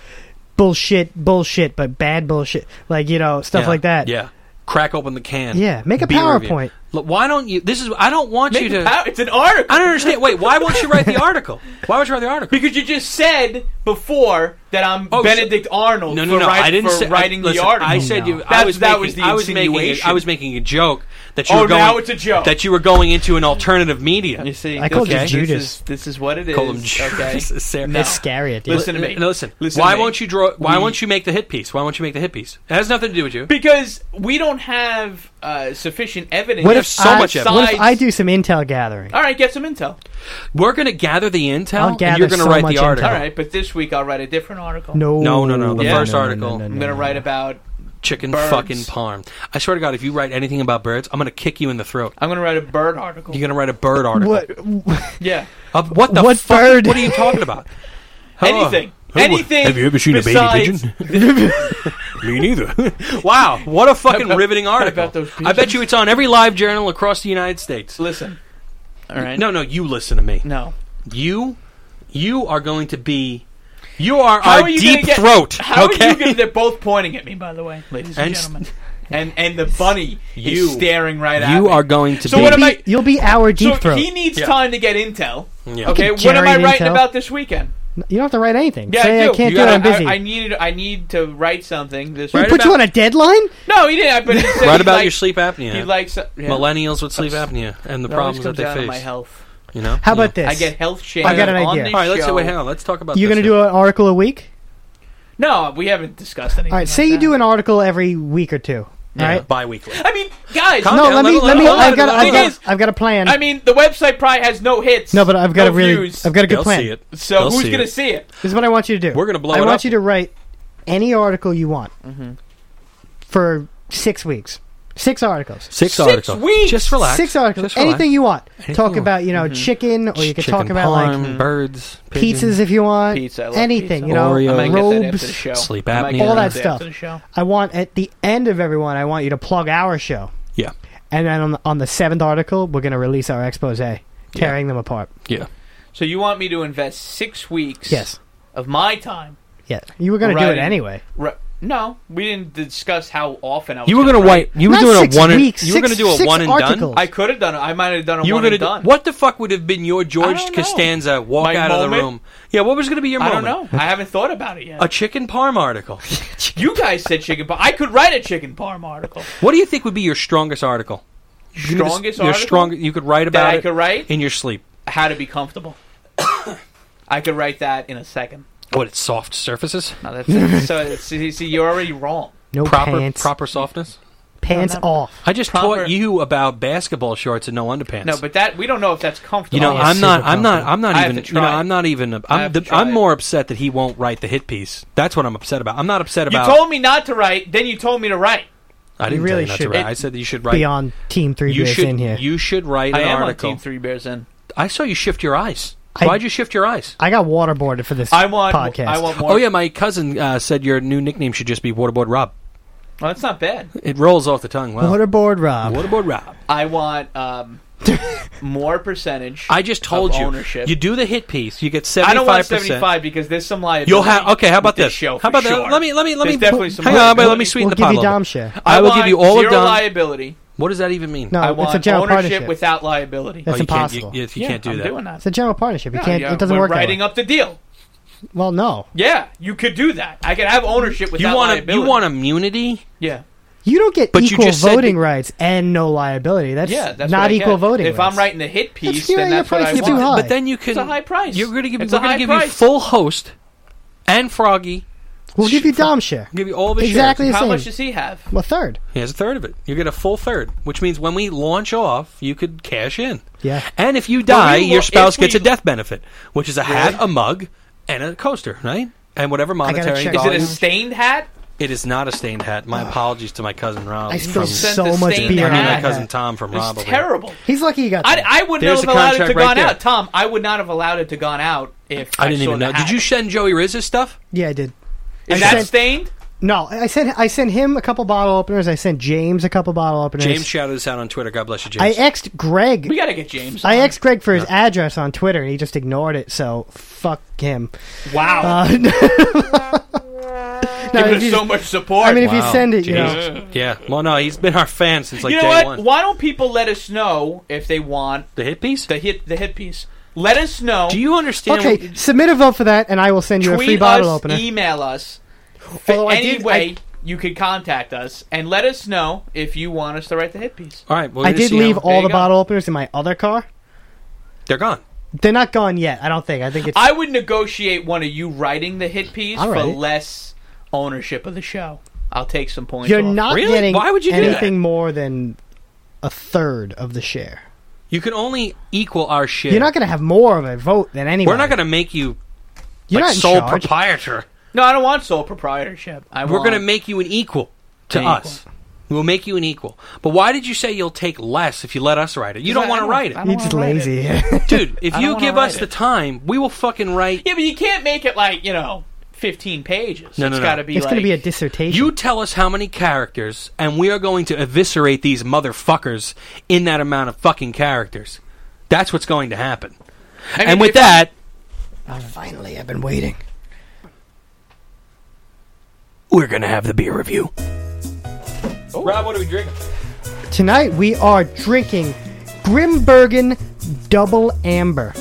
S1: bullshit, bullshit, but bad bullshit, like you know, stuff
S3: Yeah,
S1: like that.
S3: Yeah, crack open the can.
S1: Yeah, make a
S3: Beer review.
S1: PowerPoint.
S3: Look, why don't you? This is. I don't want
S2: Make
S3: you
S2: the
S3: to.
S2: power- it's an article.
S3: I don't understand. Wait, why won't you write the article? Why won't you write the
S2: <laughs>
S3: article?
S2: Because you just said before that I'm
S3: Oh, so-
S2: Benedict Arnold
S3: No, no,
S2: for,
S3: no.
S2: write-
S3: I didn't
S2: for
S3: say
S2: writing
S3: I,
S2: the
S3: listen,
S2: article.
S3: I said
S1: No.
S3: you. I
S2: That's-
S3: was
S2: that
S3: making,
S2: was the
S3: I was making. A, I
S2: insinuation.
S3: was making a joke that you
S2: Oh,
S3: were going.
S2: now it's a joke.
S3: That you were going into an alternative media.
S2: you see,
S1: I called you
S2: okay.
S1: Judas.
S2: This is, this is what it is.
S3: Call him <laughs>
S2: Okay.
S3: Judas, Sarah.
S2: No.
S1: It's scary, dude.
S2: Listen to me.
S3: No, listen.
S2: Listen
S3: why
S2: to me.
S3: won't you draw? Why
S2: We-
S3: won't you make the hit piece? Why won't you make the hit piece? It has nothing to do with you.
S2: Because we don't have uh, sufficient evidence.
S1: what
S3: you
S1: if
S3: have so
S1: I,
S3: much evidence.
S1: What if
S2: besides-
S1: I do some intel gathering?
S2: All right, get some intel.
S3: We're going to gather the intel,
S1: I'll
S3: and
S1: gather
S3: you're going to
S1: so
S3: write
S1: much
S3: the
S1: intel.
S3: article.
S2: All right, but this week I'll write a different article.
S1: No,
S3: No, no, no, the
S2: first
S3: article.
S2: I'm going to write about.
S3: Chicken
S2: Birds.
S3: fucking parm. I swear to God, if you write anything about birds, I'm going to kick you in the throat.
S2: I'm going to write a bird article.
S3: You're going to write a bird article.
S2: <laughs>
S1: What?
S2: yeah.
S3: Uh, what the
S1: What
S3: fuck?
S1: bird?
S3: What are you
S1: <laughs>
S3: talking about? Hello.
S2: Anything. Anything.
S4: Have you ever seen a baby
S2: besides- <laughs>
S4: Me neither.
S3: <laughs> Wow, what a fucking riveting article!
S2: about those
S3: I bet
S2: pigeons?
S3: you it's on every live journal across the United States.
S2: Listen. All right.
S3: No, no, you listen to me.
S2: No.
S3: You, you are going to be, you are
S2: How
S3: our
S2: are you gonna
S3: deep
S2: get-
S3: throat.
S2: How
S3: okay,
S2: are you going to? They're both pointing at me, by the way, ladies and,
S3: And s-
S2: gentlemen. And and the bunny
S3: You-
S2: is staring right at
S3: You
S2: me.
S3: are going to
S2: So
S3: be.
S2: what am
S1: You'll
S2: I-
S1: be- You'll be our deep
S2: so
S1: throat.
S2: he needs
S3: Yeah.
S2: time to get intel.
S3: Yeah.
S2: Okay,
S1: You
S2: what
S1: can
S2: am I
S1: generate
S2: writing
S1: intel.
S2: about this weekend?
S1: you don't have to write anything.
S2: Yeah,
S1: Say
S2: I do.
S1: can't
S2: You
S1: do it.
S2: gotta-
S1: I'm busy.
S2: I, I need I need to write something this
S1: we
S3: Write
S2: week.
S1: put you
S3: about-
S1: on a deadline.
S2: No, he didn't. But he said
S3: Write
S2: he
S3: about
S2: liked-
S3: your sleep apnea.
S2: He likes uh, yeah.
S3: Millennials with sleep apnea and the
S2: It always
S3: problems that
S2: comes
S3: they
S2: down to
S3: face.
S2: my health.
S3: You know.
S1: How
S3: Yeah.
S1: about this?
S2: I get health shame.
S1: I got an
S2: on
S1: idea.
S2: this
S3: All right, let's
S2: show.
S3: see. Wait, hang on. Let's talk about.
S1: You're
S3: going to
S1: do an article a week.
S2: No, we haven't discussed anything.
S1: All right,
S2: like
S1: say you
S2: that.
S1: do an article every week or two. All right.
S3: Bi-weekly.
S2: I mean, guys.
S3: Calm
S1: No,
S3: down,
S1: let me.
S3: let it-
S1: Let me.
S3: let it-
S1: I've got.
S3: let it-
S1: I've
S2: let it-
S1: got. I've got a plan.
S2: I mean, the website probably has no hits.
S1: No, but I've got
S2: no
S1: a really.
S2: views.
S1: I've got a good
S3: They'll
S1: plan.
S3: see it.
S2: so
S3: They'll
S2: who's
S3: see
S2: gonna
S3: it.
S2: see it?
S1: This is what I want you to do.
S3: We're gonna blow
S1: I
S3: it
S1: want
S3: up.
S1: you to write any article you want
S2: Mm-hmm.
S1: for six weeks. Six articles.
S3: Six,
S2: Six
S3: articles.
S2: weeks!
S3: Just relax.
S1: Six articles.
S3: Just relax.
S1: Anything you want.
S3: Anything
S1: talk
S3: you
S1: about you
S2: Mm-hmm.
S1: know chicken, or you could talk about like
S3: hmm. birds,
S1: pizzas if you want.
S2: Pizza, I love
S1: anything.
S2: pizza.
S1: You know,
S3: Oreo.
S2: I might get that after the
S1: robes.
S2: show.
S3: sleep
S2: I might
S3: apnea.
S2: get
S1: All that
S2: after
S1: stuff.
S2: the show.
S1: I want at the end of everyone. I want you to plug our show.
S3: Yeah,
S1: And then on the, on the seventh article, we're going to release our expose, tearing them apart.
S3: yeah.
S2: So you want me to invest six weeks?
S1: Yes.
S2: Of my time.
S1: Yeah. You were going to do it
S2: Writing.
S1: anyway.
S2: Ri- No, we didn't discuss how often I was.
S3: You were
S2: gonna
S3: going to
S2: write.
S3: wait. You were
S1: Not
S3: doing
S1: six
S3: a one. and-
S1: weeks,
S3: you were going to
S1: six-
S3: do a
S1: six
S3: one and
S1: articles.
S3: done.
S2: I could have done it. I might have done a
S3: You were
S2: one
S3: going to
S2: and done.
S3: What the fuck would have been your George
S2: don't know.
S3: Costanza walk
S2: My
S3: out of the
S2: moment?
S3: room? Yeah, what was going to be your
S2: I don't
S3: moment?
S2: know. I haven't thought about it yet.
S3: A chicken parm article.
S2: you guys said chicken parm. I could write a chicken parm article.
S3: what do you think would be your strongest article? You could-
S2: Strongest
S3: your
S2: article
S3: strong- You could write
S2: that
S3: about
S2: I
S3: it
S2: could write.
S3: in your sleep.
S2: How to be comfortable. I could write that in a second.
S3: What? It's soft surfaces. <laughs>
S2: No, that's so. See, see, you're already wrong.
S1: No
S3: proper
S1: pants.
S3: proper softness.
S1: pants off.
S3: I just
S2: Proper-
S3: taught you about basketball shorts and no underpants.
S2: No, but that we don't know if that's
S3: you
S2: comfortable.
S3: know,
S1: Oh,
S3: I'm
S1: super
S3: not, I'm not, I'm not
S2: I have
S3: even.
S2: to
S3: You know,
S2: try it.
S3: I'm not even.
S2: I
S3: I'm,
S2: have to
S3: the,
S2: try
S3: I'm
S2: it.
S3: more upset that he won't write the hit piece. That's what I'm upset about. I'm not upset
S2: you
S3: about.
S2: told me not to write, then you told me to write.
S3: I
S1: You
S3: didn't
S1: really
S3: tell you not
S1: should-
S3: to write.
S1: it-
S3: I said that you should
S1: Be
S3: write.
S1: on Team Three
S3: You
S1: Bears
S3: should.
S1: in here.
S3: You should write an
S2: I am
S3: article.
S2: on Team Three Bears in.
S3: I saw you shift your eyes.
S1: I-
S3: Why'd you shift your eyes?
S1: I got waterboarded for this
S2: I want.
S1: podcast.
S2: I want more.
S3: Oh yeah, my cousin uh, said your new nickname should just be Waterboard Rob.
S2: well, that's not bad.
S3: It rolls off the tongue.
S2: uh,
S3: Wow.
S1: Waterboard Rob.
S3: Waterboard Rob.
S2: I
S3: <laughs>
S2: want um, more percentage.
S3: I just told
S2: of
S3: you.
S2: ownership.
S3: You do the hit piece. You get
S2: I
S3: seventy
S2: don't want
S3: five percent.
S2: seventy-five because there's some liability.
S3: You'll have okay. How about
S2: with this
S3: this?
S2: show
S3: how
S2: for
S3: about
S2: sure.
S3: that? Let me let me let
S2: There's
S3: me.
S2: definitely some
S3: hang on, but let me
S2: liability.
S3: sweeten
S1: We'll
S3: the
S1: give
S3: pot
S1: you
S3: a little
S1: Dom
S3: bit.
S1: share.
S3: I will
S2: want
S3: give you all Oh,
S2: zero
S3: of Dom.
S2: liability.
S3: what does that even mean?
S1: No,
S2: I
S1: it's a
S2: want
S1: general
S2: ownership
S1: partnership.
S2: without liability.
S1: That's
S3: Oh, you can't-
S1: impossible.
S3: you- you- you
S2: Yeah,
S3: can't do
S2: I'm
S3: that.
S2: doing that.
S1: it's a general partnership. You
S2: No,
S1: can't.
S2: yeah,
S1: it doesn't
S2: we're
S1: work. that
S2: Writing
S1: way.
S2: up the deal.
S1: Well, no.
S2: Yeah, you could do that. I could have ownership without
S3: You want a,
S2: liability.
S3: you want immunity?
S2: yeah,
S1: You don't get
S3: But you
S1: equal
S3: just said
S1: voting
S3: that-
S1: rights and no liability. That's,
S2: yeah. That's what
S1: not
S2: I
S1: equal
S2: get.
S1: voting.
S2: If
S1: rights.
S2: I'm writing the hit piece,
S1: your-
S2: then
S1: your
S2: that's what I
S1: price is
S2: want.
S1: too high.
S3: But then you can
S2: It's a high price.
S3: You're going to give
S2: It's
S3: we're
S2: a
S3: going
S2: high
S3: to give you
S2: price.
S3: full host and Froggy.
S1: we'll give you Dom share.
S3: We'll give you all the
S1: Exactly the
S2: How much
S1: same.
S2: does he have?
S1: Well, third.
S3: Shares. He has a third of it. You get a full third, which means when we launch off, you could cash in.
S1: Yeah.
S3: And if you die,
S2: Well, we lo-
S3: your spouse
S2: if we-
S3: gets a death benefit, which is a hat, a mug, and a coaster, right? And whatever
S1: gotta
S3: monetary
S1: check
S2: Is it
S3: value.
S2: a stained hat?
S3: It is not a stained hat. My apologies to my cousin Rob.
S1: I
S3: from-
S1: spilled
S2: sent
S1: so
S2: the
S1: much
S2: stain
S1: beer
S3: I
S1: on
S2: down.
S3: mean,
S1: that
S3: my cousin
S1: hat.
S3: Tom from Rob.
S2: It's
S3: over here.
S2: terrible.
S1: He's lucky he got
S2: I,
S1: that.
S2: I wouldn't
S3: There's
S2: have
S3: the
S2: allowed it
S3: contract
S2: to
S3: right
S2: gone
S3: there.
S2: out, Tom. I would not have allowed it to gone out if
S3: I didn't
S2: saw
S3: even
S2: the
S3: know.
S2: hat.
S3: Did you send Joey Riz's stuff?
S1: yeah, I did.
S2: Is
S1: I
S2: that
S1: sent-
S2: stained?
S1: No, I sent I sent him a couple bottle openers. I sent James a couple bottle openers.
S3: James shouted us out on Twitter. God bless you,
S1: I
S3: James.
S1: exed Greg.
S2: We gotta get James.
S1: I asked Greg for his address on Twitter, and he just ignored it. So fuck him.
S2: wow,
S1: Uh, <laughs> no,
S2: giving
S1: if
S2: us
S1: Uh, you-
S2: so much support.
S1: I mean, if you
S3: Wow,
S1: send it, you
S3: Jesus.
S1: know,
S3: Yeah. Well, no, he's been our fan since like
S2: you know
S3: day
S2: what?
S3: one.
S2: Why don't people let us know if they want
S3: The hit piece?
S2: the hit the hit piece? Let us know.
S3: Do you understand?
S1: okay, submit a vote for that, and I will send you a
S2: tweet
S1: free bottle
S2: us, e-
S1: opener.
S2: email us?
S1: Although I
S2: any
S1: did-
S2: way
S1: I-
S2: you could contact us and let us know if you want us to write the hit piece.
S3: All right. Well,
S1: I
S3: we'll
S1: did
S3: see
S1: leave
S3: how-
S1: all
S2: you
S1: the
S2: go.
S1: bottle openers in my other car.
S3: They're gone.
S1: They're not gone yet. I don't think. I think it's.
S2: I would negotiate one of you writing the hit piece
S1: All
S2: for
S1: right.
S2: less ownership of the show. I'll take some points.
S1: you're
S2: off.
S1: not
S3: Really?
S1: getting
S3: Why would you do that?
S1: anything more than a third of the share.
S3: You can only equal our share.
S1: You're not going to have more of a vote than anyone.
S3: We're not going to make you
S1: You're
S3: like
S1: not in
S3: sole
S1: charge.
S3: proprietor.
S2: No, I don't want sole proprietorship. I
S3: We're
S2: want-
S3: going to make you an equal to
S2: An
S3: us. We'll make you an equal. But why did you say you'll take less if you let us write it? You don't
S2: I
S3: want to
S2: don't-
S3: write
S2: I
S3: it,
S2: don't
S1: You're just
S2: wanna write it.
S1: lazy. <laughs>
S3: dude. If
S2: I don't
S3: you
S2: wanna
S3: give
S2: write
S3: us
S2: it.
S3: the time, we will fucking write.
S2: Yeah, but you can't make it like you know, fifteen pages.
S3: No,
S2: No,
S3: no,
S2: has
S3: no.
S2: got to be.
S1: it's
S2: like,
S1: going to be a dissertation.
S3: You tell us how many characters, and we are going to eviscerate these motherfuckers in that amount of fucking characters. That's what's going to happen.
S2: I mean,
S3: and with
S2: if-
S3: that,
S1: Oh, Finally, I've been waiting.
S3: we're going to have the beer review. Rob, what are we drinking?
S1: Tonight we are drinking Grimbergen Double Amber.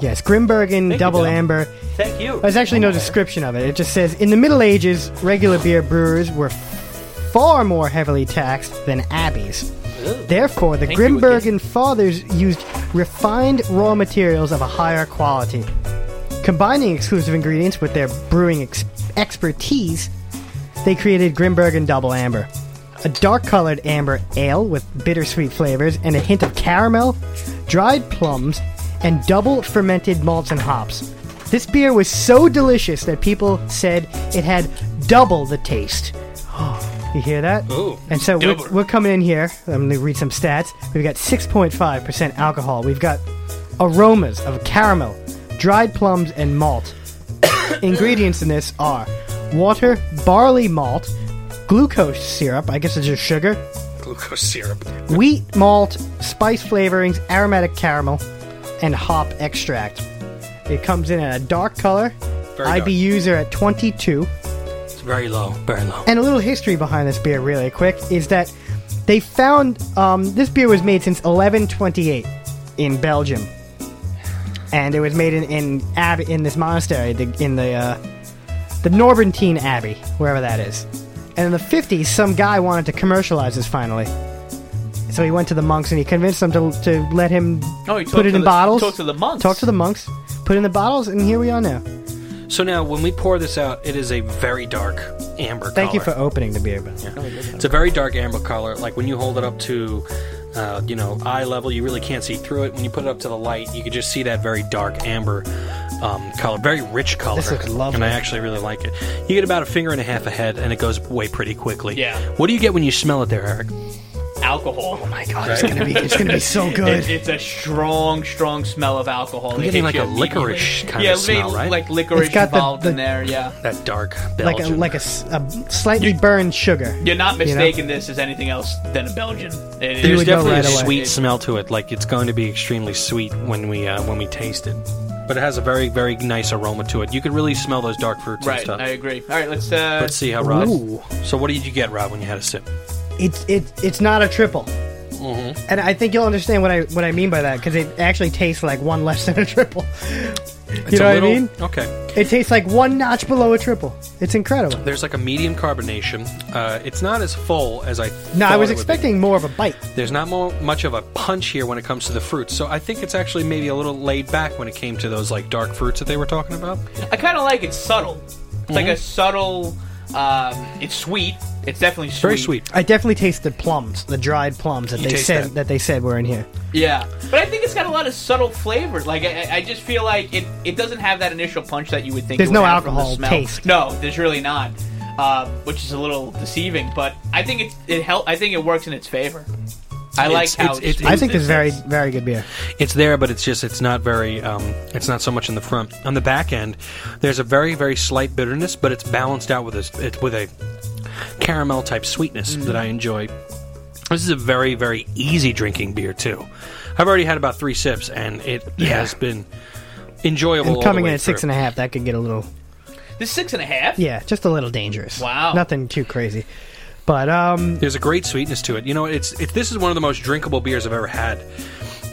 S1: Yes, Grimbergen
S3: you,
S1: Double
S3: Dom.
S1: Amber.
S3: Thank you.
S1: There's actually no description of it. It just says in the Middle Ages, regular beer brewers were far more heavily taxed than abbeys. Therefore, the
S2: Thank you
S1: Grimbergen fathers used refined raw materials of a higher quality. Combining exclusive ingredients with their brewing ex- expertise, they created Grimbergen Double Amber, a dark colored amber ale with bittersweet flavors and a hint of caramel, dried plums, and double fermented malts and hops. This beer was so delicious that people said it had double the taste. <gasps> You hear that?
S3: Ooh,
S1: and so we're,
S3: double.
S1: we're coming in here. I'm going to read some stats. We've got 6.5% alcohol. We've got aromas of caramel, dried plums, and malt. Ingredients in this are water, barley malt, glucose syrup, I guess it's just sugar,
S3: Glucose syrup.
S1: wheat malt, spice flavorings, aromatic caramel, and hop extract. It comes in at a dark color,
S3: Very dark.
S1: IBUs are at 22.
S3: It's very low. Very low.
S1: And a little history behind this beer, really quick, is that they found um, this beer was made since 1128 in Belgium, and it was made in in, ab- in this monastery the, in the uh, the Norbertine Abbey, wherever that is. And in the 50s, some guy wanted to commercialize this finally. So he went to the monks and he convinced them to, to let him
S2: Oh, he
S1: put
S2: talked
S1: it
S2: to
S1: in
S2: the-
S1: bottles.
S2: talked to the monks.
S1: Talk to the monks. Put it in the bottles, and here we are now.
S3: So now, when we pour this out, it is a very dark amber.
S1: Thank you for Oh,
S3: color.
S1: opening the beer bottle.
S3: It's a very dark amber color. Like when you hold it up to, uh, you know, eye level, you really can't see through it. When you put it up to the light, you can just see that very dark amber um, color, very rich color.
S1: looks lovely.
S3: And I actually really like it. You get about a finger and a half ahead, and it goes away pretty quickly.
S2: Yeah.
S3: What do you get when you smell it, there, Eric?
S2: Alcohol. Oh my god,
S1: It's gonna be it's gonna be so good.
S2: <laughs> It, it's a strong, strong smell of alcohol. It
S3: getting like
S2: hits you
S3: a licorice
S2: immediately.
S3: kinda
S2: yeah,
S3: smell,
S2: maybe
S3: right?
S2: Like licorice
S1: It's got the-
S2: involved
S1: the-
S2: in there. Yeah,
S3: That dark
S1: Like
S3: Belgian.
S1: a like a, s- a slightly burned sugar.
S2: you're not mistaking this as anything else than a Belgian. It is
S1: You
S3: There's
S1: would go
S3: definitely
S1: right
S3: a
S1: away.
S3: sweet
S2: It-
S3: smell to it. Like it's going to be extremely sweet when we uh, when we taste it. But it has a very very nice aroma to it. You can really smell those dark fruits and
S2: Right,
S3: stuff.
S2: I agree. All right, let's uh,
S3: Let's see how Rob.
S1: Ooh.
S3: So what did you get, Rob, when you had a sip?
S1: It's it it's not a triple.
S3: Mm-hmm.
S1: And I think you'll understand what I what I mean by that because it actually tastes like one less than a triple. <laughs>
S3: It's
S1: you know
S3: a
S1: what
S3: little,
S1: I mean?
S3: Okay.
S1: It tastes like one notch below a triple. It's incredible.
S3: There's like a medium carbonation. Uh, it's not as full as I.
S1: No,
S3: thought
S1: I was
S3: it would be.
S1: expecting more of a bite.
S3: There's not more, much of a punch here when it comes to the fruits, so I think it's actually maybe a little laid back when it came to those like dark fruits that they were talking about.
S2: I kind of like it's subtle. It's like
S3: Mm-hmm.
S2: a subtle. Um, it's sweet. It's definitely sweet.
S3: Very sweet.
S1: I definitely tasted plums, the dried plums that
S3: You
S1: they
S3: taste
S1: said
S3: that.
S1: that. they said were in here.
S2: Yeah, but I think it's got a lot of subtle flavors. Like I, I- I just feel like it, it doesn't have that initial punch that you would think.
S1: There's
S2: it would
S1: no
S2: have from the
S1: alcohol
S2: smell.
S1: taste.
S2: No, there's really not, um, which is a little deceiving. But I think it it help. I think it works in its favor. I
S3: It's-
S2: like how
S3: it's-
S2: it's,
S3: it's-
S1: I think this is very very good beer.
S3: It's there, but it's just it's not very. Um, it's not so much in the front. On the back end, there's a very very slight bitterness, but it's balanced out with a it's with a caramel type sweetness
S1: Mm-hmm.
S3: that I enjoy. This is a very very easy drinking beer too. I've already had about three sips, and it has been enjoyable. all
S1: And
S3: the
S1: coming
S3: way
S1: in at six
S3: through.
S1: and a half, that could get a little
S2: this six and a half.
S1: yeah, just a little dangerous.
S2: Wow.
S1: nothing too crazy. But um,
S3: There's a great sweetness to it. You know, it's it, this is one of the most drinkable beers I've ever had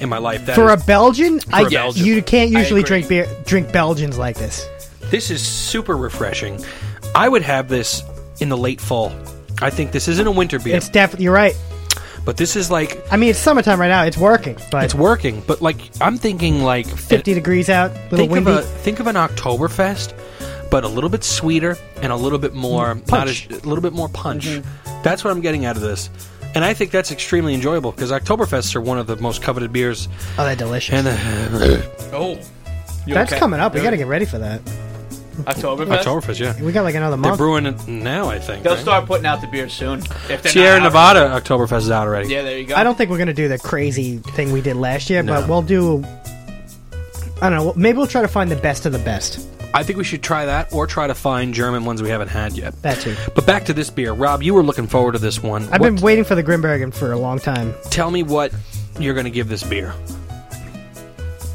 S3: in my life. That
S1: for a
S3: is-
S1: Belgian, I
S3: a Belgian.
S1: you can't
S2: I
S1: usually
S2: agree.
S1: drink beer drink Belgians like this.
S3: This is super refreshing. I would have this in the late fall. I think this isn't a winter beer,
S1: It's definitely you're right.
S3: but this is like
S1: I mean, it's summertime right now. It's working, but
S3: it's working. But like I'm thinking like
S1: fifty degrees out, little
S3: Think
S1: windy.
S3: of a think of an Oktoberfest, but a little bit sweeter and a little bit more not
S1: punch. Mm-hmm.
S3: as- a little bit more punch. That's what I'm getting out of this, and I think that's extremely enjoyable because Oktoberfests are one of the most coveted beers.
S1: oh, that delicious.
S3: And
S2: Oh, You
S1: That's
S2: okay?
S1: coming up. We got to get ready for that.
S2: Oktoberfest.
S3: Oktoberfest, yeah,
S1: We got like another
S3: they're
S1: month.
S3: brewing it now. I think
S2: They'll
S3: right?
S2: start putting out the beer soon. If they're
S3: Sierra
S2: not out.
S3: Nevada Oktoberfest is out already.
S2: Yeah, there you go.
S1: I don't think we're gonna do the crazy thing we did last year,
S3: No.
S1: but we'll do. I don't know. Maybe we'll try to find the best of the best.
S3: I think we should try that or try to find German ones we haven't had yet.
S1: That too.
S3: But back to this beer. Rob, you were looking forward to this one.
S1: I've
S3: What-
S1: been waiting for the Grimbergen for a long time.
S3: Tell me what you're going to give this beer.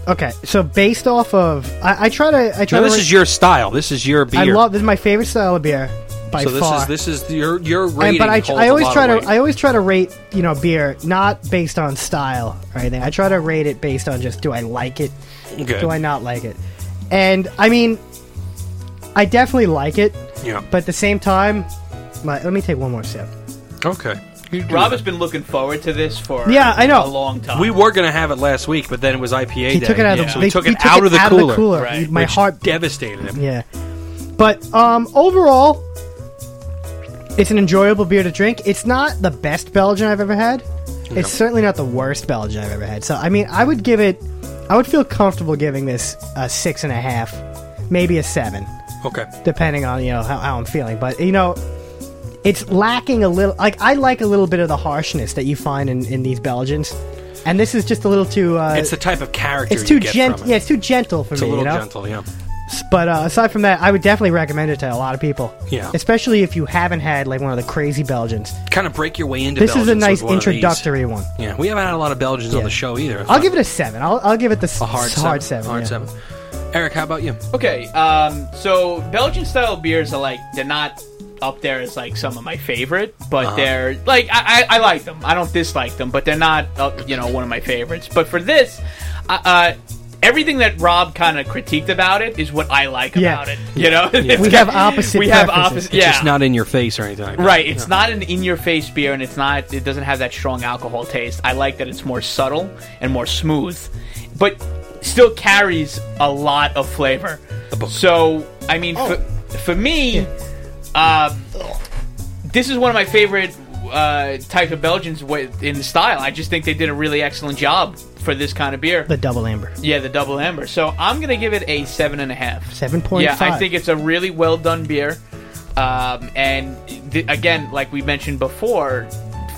S1: Okay, so based off of, I, I try to, I try
S3: Now,
S1: to.
S3: this
S1: re-
S3: is your style. This is your beer.
S1: I love this is my favorite style of beer by
S3: so this
S1: far.
S3: is this is your your
S1: And-
S3: rating.
S1: but I,
S3: holds
S1: I
S3: a
S1: always
S3: lot
S1: try
S3: of
S1: to,
S3: weight.
S1: I always try to rate you know beer not based on style or anything. I try to rate it based on just do I like it,
S3: Good.
S1: do I not like it, and I mean, I definitely like it,
S3: Yeah.
S1: but at the same time, my, let me take one more sip.
S3: okay. You do
S2: Rob
S3: that.
S2: has been looking forward to this for
S1: Yeah, I know.
S2: a long time.
S3: we were going to have it last week, but then it was IPA
S1: He
S3: day.
S1: took it out of
S3: so
S1: the,
S3: we
S1: they,
S3: took
S1: he
S3: it out, of, the cooler,
S2: Right.
S1: My
S3: which
S1: heart
S3: devastated him.
S1: Yeah. But um, overall, it's an enjoyable beer to drink. It's not the best Belgian I've ever had. It's certainly not the worst Belgian I've ever had. So, I mean, I would give it, I would feel comfortable giving this a six and a half, maybe a seven,
S3: Okay.
S1: depending on, you know, how, how I'm feeling. But, you know, it's lacking a little, like, I like a little bit of the harshness that you find in, in these Belgians. And this is just a little too, uh,
S3: It's the type of character.
S1: it's too
S3: you get
S1: gentle.
S3: From it.
S1: Yeah, it's too gentle for
S3: it's a
S1: me.
S3: little
S1: you know?
S3: gentle. Yeah.
S1: But uh, aside from that, I would definitely recommend it to a lot of people.
S3: Yeah.
S1: Especially if you haven't had like one of the crazy Belgians.
S3: Kind of break your way into.
S1: This
S3: Belgians
S1: is a nice
S3: with one of these.
S1: introductory one.
S3: Yeah, we haven't had a lot of Belgians on
S1: Yeah.
S3: the show either.
S1: I'll give it a seven. I'll, I'll give it the s-
S3: a hard
S1: hard
S3: seven.
S1: seven.
S3: Hard
S1: yeah.
S3: seven. Eric, how about you?
S2: Okay, um, so Belgian style beers are like they're not up there as like some of my favorite, but
S3: Uh-huh.
S2: they're like I, I, I like them. I don't dislike them, but they're not up, you know one of my favorites. But for this, I- uh, everything that Rob kind of critiqued about it is what I like
S1: Yeah.
S2: about it. You know, It's
S1: We
S2: <laughs> got-
S1: have opposite
S2: We have
S1: preferences.
S2: opposite. Yeah,
S3: Just not in your face or anything. Like that.
S2: Right, it's not an in-your-face beer, and it's not. It doesn't have that strong alcohol taste. I like that it's more subtle and more smooth, but still carries a Oh. lot of flavor. So I mean, for, for me, uh, this is one of my favorite uh, type of Belgians wa- in style. I just think they did a really excellent job for this kind of beer.
S1: The double amber.
S2: yeah, the double amber. So I'm gonna give it a seven and a half.
S1: 7.5.
S2: Yeah, I think it's a really well done beer. Um, and th- again, like we mentioned before,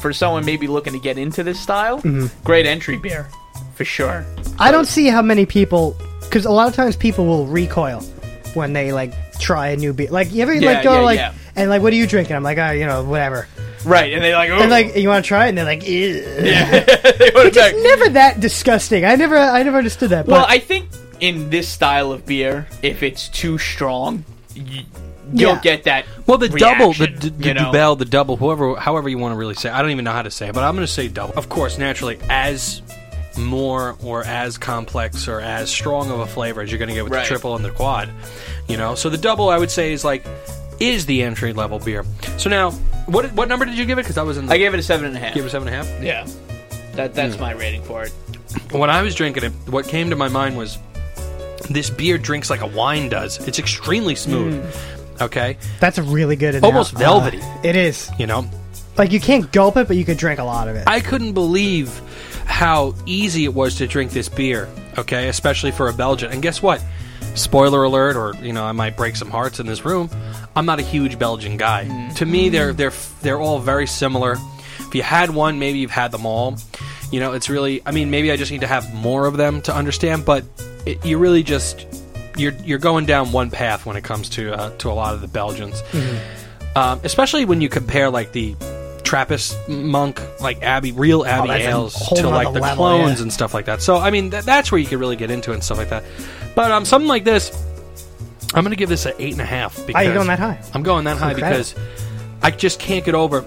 S2: for someone maybe looking to get into this style,
S1: Mm-hmm.
S2: great entry beer for sure.
S1: I don't see how many people, because a lot of times people will recoil when they like try a new beer. Like you ever like go
S2: yeah,
S1: like
S2: yeah.
S1: and like what are you drinking? I'm like oh you know whatever.
S2: Right, and they like, oh,
S1: And like you want to try it and they're like Ew.
S2: <laughs> they went back.
S1: it's never that disgusting. I never I never understood that. But
S2: Well, I think in this style of beer, if it's too strong, you, you'll
S1: Yeah.
S2: get that.
S3: Well, the double, the,
S2: reaction,
S3: d- the
S2: you know?
S3: Dubel, the double, whoever, however you want to really say. it. I don't even know how to say it, but I'm going to say double. Of course, naturally, as more or as complex or as strong of a flavor as you're going to get with
S2: Right.
S3: the triple and the quad, you know. So the double, I would say, is like is the entry level beer. So now, what what number did you give it? Because I was in.
S2: I gave it a seven and a half.
S3: give it seven Mm. and a half.
S2: yeah, that that's my rating for
S1: <laughs>
S2: it.
S3: When I was drinking it, what came to my mind was this beer drinks like a wine does. It's extremely smooth.
S2: Mm.
S3: Okay,
S1: that's a really good.
S3: Almost
S1: anal-
S3: velvety.
S1: uh, it is.
S3: you know,
S1: Like you can't gulp it, but you could drink a lot of it.
S3: I couldn't believe how easy it was to drink this beer, okay, especially for a Belgian. And guess what? Spoiler alert, or you know, I might break some hearts in this room. I'm not a huge Belgian guy. To me, they're they're they're all very similar. If you had one, maybe you've had them all. You know, it's really. I mean, maybe I just need to have more of them to understand. But it, you really just you're you're going down one path when it comes to uh, to a lot of the Belgians um, especially when you compare like the Trappist monk, like Abbey, real Abbey
S1: Oh, that's a
S3: ales
S1: whole
S3: to like
S1: nother
S3: the
S1: level,
S3: clones
S1: yeah.
S3: and stuff like that. So I mean, th- that's where you can really get into it and stuff like that. But um, something like this, I'm going to give this an eight and a half. Because
S1: Are you going that high?
S3: I'm going that high
S1: incredible.
S3: because I just can't get over.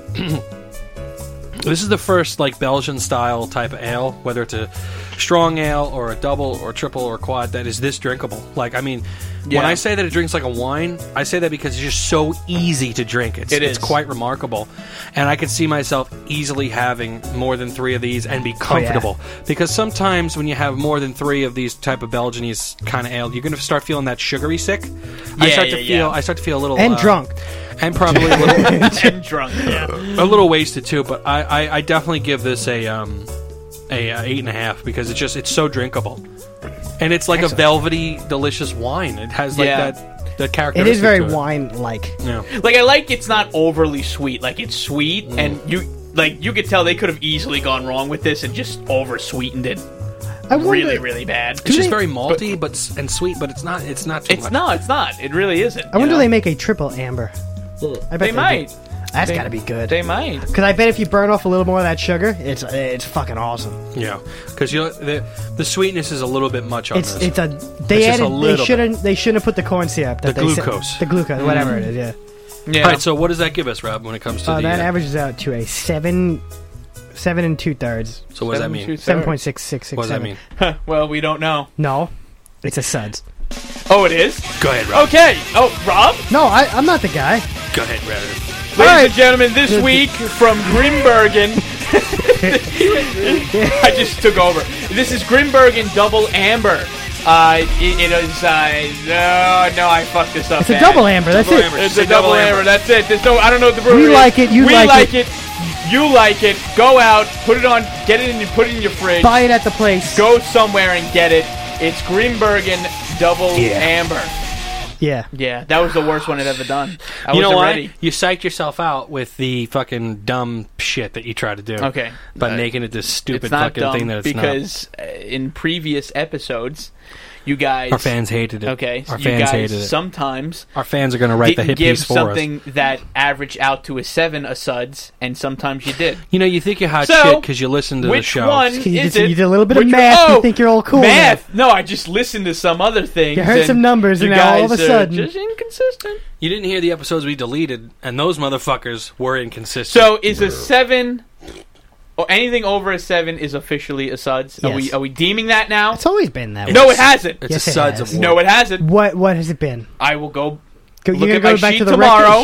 S3: this is the first like Belgian style type of ale, whether it's a strong ale or a double or triple or quad that is this drinkable. Like I mean, when
S2: Yeah.
S3: I say that it drinks like a wine, I say that because it's just so easy to drink. It's
S2: It
S3: it's
S2: is.
S3: quite remarkable, and I could see myself easily having more than three of these
S2: Oh,
S3: and be comfortable. Because sometimes when you have more than three of these type of Belgianese kind of ale, you're going to start feeling that sugary sick. I
S2: Yeah,
S3: start
S2: yeah,
S3: to
S2: yeah.
S3: feel. I start to feel a little
S1: and
S3: uh,
S1: drunk.
S3: and probably a little,
S2: and drunk. Yeah,
S3: a little wasted too. But I, I, I definitely give this a um a, uh eight and a half because it's just it's so drinkable, and it's like a velvety, delicious wine. It has like
S2: Yeah.
S3: that that
S1: It
S3: characteristic.
S1: is very
S3: to it.
S1: wine like.
S3: Yeah.
S2: like I like it's not overly sweet. Like it's sweet,
S1: Mm.
S2: and you like you could tell they could have easily gone wrong with this and just over sweetened it
S1: I wonder,
S2: really, really bad.
S3: It's just
S1: they-
S3: very malty, but, s and sweet, but it's not. It's not too
S2: It's
S3: much.
S2: no, it's not. It really isn't.
S1: I wonder
S2: you
S1: if
S2: know?
S1: they make a triple amber.
S3: Hmm.
S1: I bet
S2: They
S1: do.
S2: might.
S1: That's
S2: They-
S1: got to be good.
S2: They might.
S1: Because I bet if you burn off a little more of that sugar, it's it's fucking awesome.
S3: Yeah, because you the the sweetness is a little bit much on
S1: It's
S3: this.
S1: it's a they
S3: It's just a
S1: added they
S3: little
S1: shouldn't they shouldn't have put the corn syrup that
S3: The
S1: they said-
S3: glucose.
S1: the glucose whatever it is yeah.
S2: Yeah.
S3: All right, so what does that give us, Rob? When it comes to
S1: Uh,
S3: the
S1: that
S3: uh,
S1: averages out to a seven seven and two thirds
S3: so what does that
S2: Seven,
S3: mean?
S2: two,
S1: seven point six six six.
S3: What does that mean?
S2: <laughs> well, we don't know.
S1: No, it's a suds.
S2: Oh, it is.
S3: Go ahead, Rob.
S2: Okay. Oh, Rob.
S1: No, I, I'm not the guy.
S3: Go ahead, Rob.
S2: Ladies and gentlemen, this week from Grimbergen. <laughs> I just took over. This is Grimbergen Double Amber. Uh, it, it is. Uh, no, no, I fucked this up.
S1: It's a
S2: man.
S1: double amber. That's
S3: Double
S1: it.
S3: amber.
S2: It's
S3: Say
S2: a double,
S3: double amber.
S2: amber. That's it. There's no. I don't know what the brewery.
S1: We
S2: is.
S1: like it, you
S2: we
S1: like
S2: it. You like it. Go out. Put it on. Get it in. Put it in your fridge.
S1: Buy it at the place.
S2: Go somewhere and get it. It's Grimbergen Double Amber.
S1: Yeah.
S2: Yeah, that was the worst one I'd ever done. I
S3: You know
S2: wasn't
S3: why?
S2: ready.
S3: You psyched yourself out with the fucking dumb shit that you try to do.
S2: Okay.
S3: By
S2: Uh,
S3: making it this stupid
S2: It's not
S3: fucking
S2: dumb
S3: thing that it's not.
S2: because uh, in previous episodes, you guys
S3: Our fans hated it.
S2: okay,
S3: Our
S2: you
S3: fans
S2: guys
S3: hated it.
S2: sometimes
S3: Our fans are going to write the
S2: didn't
S3: hit
S2: give
S3: piece for us.
S2: something that averaged out to a seven a suds, and sometimes you did.
S3: You know, you think you're hot
S2: So,
S3: shit because you listen to the
S2: Which
S3: show.
S2: one
S1: You did
S2: is
S1: some-
S2: it?
S1: you did a little bit of
S2: Which one-
S1: math, you
S2: oh,
S1: think you're all cool
S2: Math? No, I just listened to some other thing.
S1: You heard some numbers, and now all of a sudden-
S2: just inconsistent.
S3: You didn't hear the episodes we deleted, and those motherfuckers were inconsistent.
S2: So is a seven or anything over a seven is officially a suds? Are we
S1: Yes.
S2: are we deeming that now?
S1: It's always been that.
S2: No,
S1: way.
S2: it hasn't.
S3: it's
S1: Yes,
S3: a
S1: it
S3: suds
S1: has.
S3: of war.
S2: No, it hasn't.
S1: What what has it been?
S2: I will go
S1: Go,
S2: Look
S1: you're
S2: at
S1: gonna
S2: my
S1: go back
S2: sheet
S1: to the
S2: tomorrow.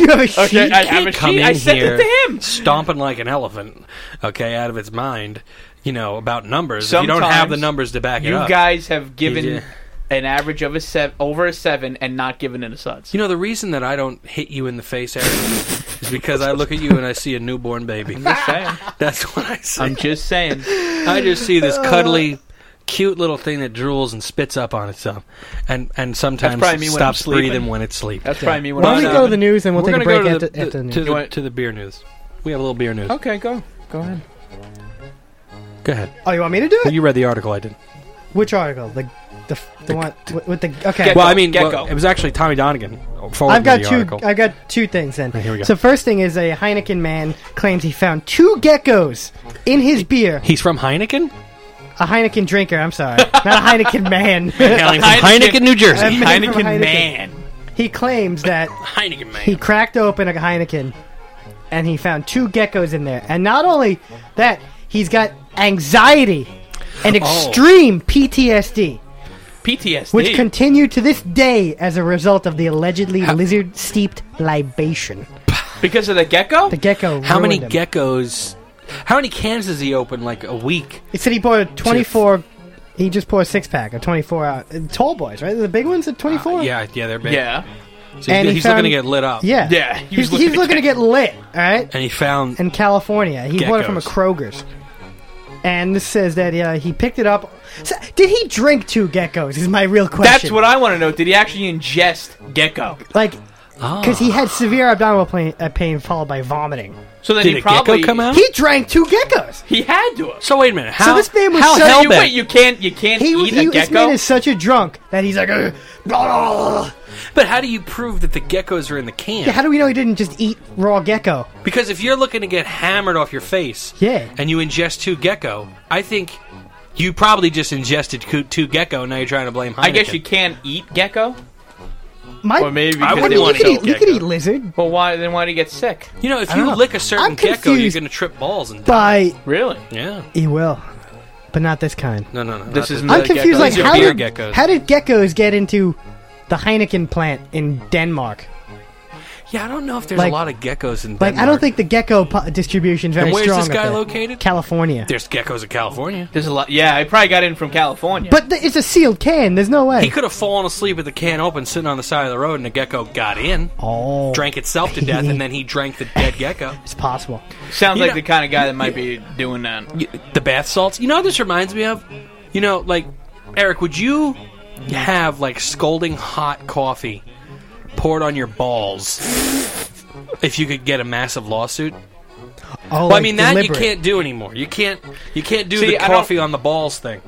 S1: record. <laughs> You have a sheet.
S2: Okay, I have a
S3: Come
S2: sheet.
S3: in
S2: I sent
S3: here
S2: it to him.
S3: stomping like an elephant. Okay, out of its mind. You know about numbers. If you don't
S2: Sometimes
S3: have the numbers to back it
S2: You
S3: up.
S2: guys have given
S3: Yeah.
S2: an average of a seven over a seven and not giving it a suds.
S3: You know, the reason that I don't hit you in the face, Eric, is because I look at you and I see a newborn baby.
S1: <laughs>
S2: Just saying.
S3: That's what I see. Uh,
S2: I'm just saying.
S3: Um, I just see this cuddly, cute little thing that drools and spits up on itself, and and sometimes
S2: probably me when I'm
S3: stops
S2: sleeping.
S3: breathing when it's sleeping.
S2: That's probably me when
S1: Why don't
S2: I'm
S1: we
S3: But,
S1: go
S3: uh,
S1: to the news and we'll
S3: We're
S1: take a
S3: gonna
S1: break
S3: go
S1: after,
S3: to the,
S1: after the
S3: the-
S1: news.
S3: to,
S2: You
S3: the,
S2: want-
S3: to the beer news. We have a little beer news.
S2: Okay, go. Go ahead.
S3: Go ahead.
S1: oh, you want me to do it?
S3: You read the article, I didn't.
S1: Which article? The the f- the one with- with the okay.
S2: Get
S3: Well,
S2: go,
S3: I mean,
S2: get
S3: well,
S2: go.
S3: it was actually Tommy Donegan. forward
S1: I've got
S3: the
S1: two.
S3: article.
S1: I've got two things then.
S3: here we go.
S1: So first thing is a Heineken man claims he found two geckos in his beer.
S3: He's from Heineken,
S1: A Heineken drinker. I'm sorry, not a Heineken <laughs> man.
S3: Hailing from
S2: Heineken-
S3: <laughs> Heineken, New Jersey.
S1: Um, Man from
S2: Heineken,
S1: Heineken.
S2: man.
S1: he claims that
S3: <laughs> Heineken man.
S1: he cracked open a Heineken and he found two geckos in there. And not only that, he's got anxiety
S2: Oh.
S1: and extreme PTSD,
S2: PTSD.
S1: which continue to this day as a result of the allegedly lizard-steeped libation.
S2: because of the gecko?
S1: The gecko.
S3: How many
S1: ruined him.
S3: geckos? How many cans does he open like a week?
S1: He said he bought a 24. He just bought a six pack, a 24 out. uh, Tall boys, right? The big ones at 24?
S3: Yeah, yeah, they're big.
S2: Uh, yeah.
S3: So he's,
S1: And he
S3: he's
S1: found-
S3: looking to get lit up.
S1: Yeah.
S2: Yeah, he
S1: He's,
S2: was
S1: he's
S2: looking-
S1: looking to get lit, all right?
S3: and he found
S1: In California. He bought it from a
S3: Geckos.
S1: Kroger's. And this says that uh, he picked it up. So, did he drink two geckos? Is my real question.
S2: That's what I want to know. Did he actually ingest gecko?
S1: Like,
S3: oh.
S1: because he had severe abdominal pain, uh, pain followed by vomiting.
S2: So then
S3: did
S2: he
S3: a gecko
S2: probably
S3: come out?
S1: He drank two geckos.
S2: He had to. Have.
S3: so wait a minute. How,
S1: this man was
S3: how
S1: so-
S3: hell
S2: You, wait, you can't. You can't
S1: He,
S2: eat
S1: he
S2: a
S1: this man
S2: gecko.
S1: is such a drunk that he's like, "Ugh, blah, blah, blah, blah."
S3: But how do you prove that the geckos are in the can?
S1: how do we know he didn't just eat raw gecko?
S3: because if you're looking to get hammered off your face,
S1: Yeah.
S3: and you ingest two gecko, I think you probably just ingested coo- two gecko. and Now you're trying to blame. Heineken.
S2: I guess you can't eat gecko.
S1: My,
S2: Or maybe
S3: I
S2: because
S3: wouldn't
S2: they
S1: you
S3: want
S2: want
S1: could,
S3: to
S1: eat,
S3: eat
S1: you could
S3: gecko.
S1: eat lizard
S2: Well, why then? Why do you get sick?
S3: You know, if
S1: don't
S3: you
S1: know.
S3: lick a certain
S1: I'm
S3: gecko, you're
S1: confused.
S3: going to trip balls and die.
S1: by
S2: Really?
S3: Yeah.
S1: he will, but not this kind.
S3: No, no, no. not
S2: This is
S3: the-
S2: not
S1: I'm
S2: a gecko.
S1: confused. Like
S3: These are
S1: how
S3: beer
S1: did
S3: geckos.
S1: how did geckos get into the Heineken plant in Denmark?
S3: Yeah, I don't know if there's
S1: Like-
S3: a lot of geckos in.
S1: Like I don't
S3: Denmark.
S1: think the gecko po- distribution very
S3: And where's
S1: strong.
S3: this
S1: up
S3: guy
S1: there.
S3: located?
S1: California.
S3: there's geckos in California.
S2: There's a lot. Yeah, I probably got in from California.
S1: but th- it's a sealed can. There's no way.
S3: He could have fallen asleep with the can open, sitting on the side of the road, and the gecko got in,
S1: oh,
S3: drank itself to death, and then he drank the dead gecko.
S1: it's possible.
S2: sounds
S3: you
S2: like
S3: know-
S2: the kind of guy that might be doing that.
S3: Y- the bath salts. You know what this reminds me of? You know, like Eric, would you have like scalding hot coffee poured on your balls if you could get a massive lawsuit?
S1: Oh,
S3: Well, I
S1: like
S3: mean that
S1: deliberate.
S3: you can't do anymore. You can't you can't do
S2: See,
S3: the
S2: I don't-
S3: coffee on the balls thing.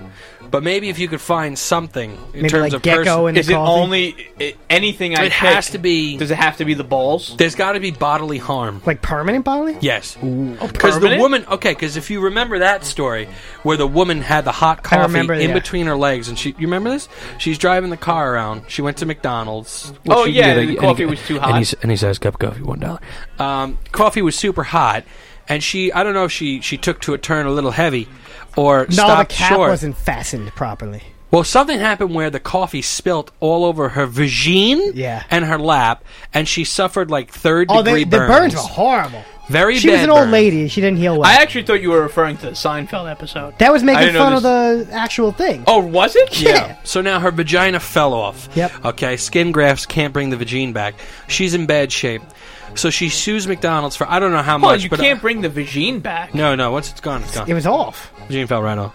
S3: But maybe if you could find something in
S1: Maybe
S3: terms
S1: like
S3: of
S1: gecko
S3: person,
S1: and
S2: Is it
S1: coffee?
S2: only i anything I
S3: it has
S2: pick-
S3: to be.
S2: Does it have to be the balls?
S3: there's got to be bodily harm.
S1: like permanent bodily.
S3: Yes,
S2: Oh,
S3: Oh, because the
S2: permanent?
S3: woman. Okay, because if you remember that story where the woman had the hot coffee
S1: remember,
S3: in
S1: yeah.
S3: between her legs, and she, you remember this? She's driving the car around. She went to McDonald's.
S2: Oh,
S3: she
S2: yeah,
S3: did
S2: the coffee was too hot.
S3: And, he's, and he says, "Cup of coffee, one dollar." Um, coffee was super hot, and she. I don't know if she she took to a turn a little heavy, or
S1: No,
S3: stopped
S1: the cap
S3: short.
S1: wasn't fastened properly.
S3: Well, something happened where the coffee spilt all over her vagine
S1: Yeah.
S3: and her lap, and she suffered like third
S1: Oh,
S3: degree
S1: they, the burns were horrible.
S3: Very
S1: She was
S3: bad
S1: an old
S3: burns.
S1: lady. She didn't heal well.
S2: I actually thought you were referring to the Seinfeld episode.
S1: that was
S2: I
S1: making
S2: didn't know
S1: fun of the actual thing.
S2: Oh, was it?
S1: Yeah.
S3: So now her vagina fell off.
S1: Yep.
S3: Okay, skin grafts can't bring the vagina back. She's in bad shape. So she sues McDonald's for I don't know how
S2: Well,
S3: much.
S2: you
S3: but uh,
S2: can't bring the vagine back.
S3: no, no. Once it's gone, it's gone.
S1: It was off.
S3: Vagina fell right off.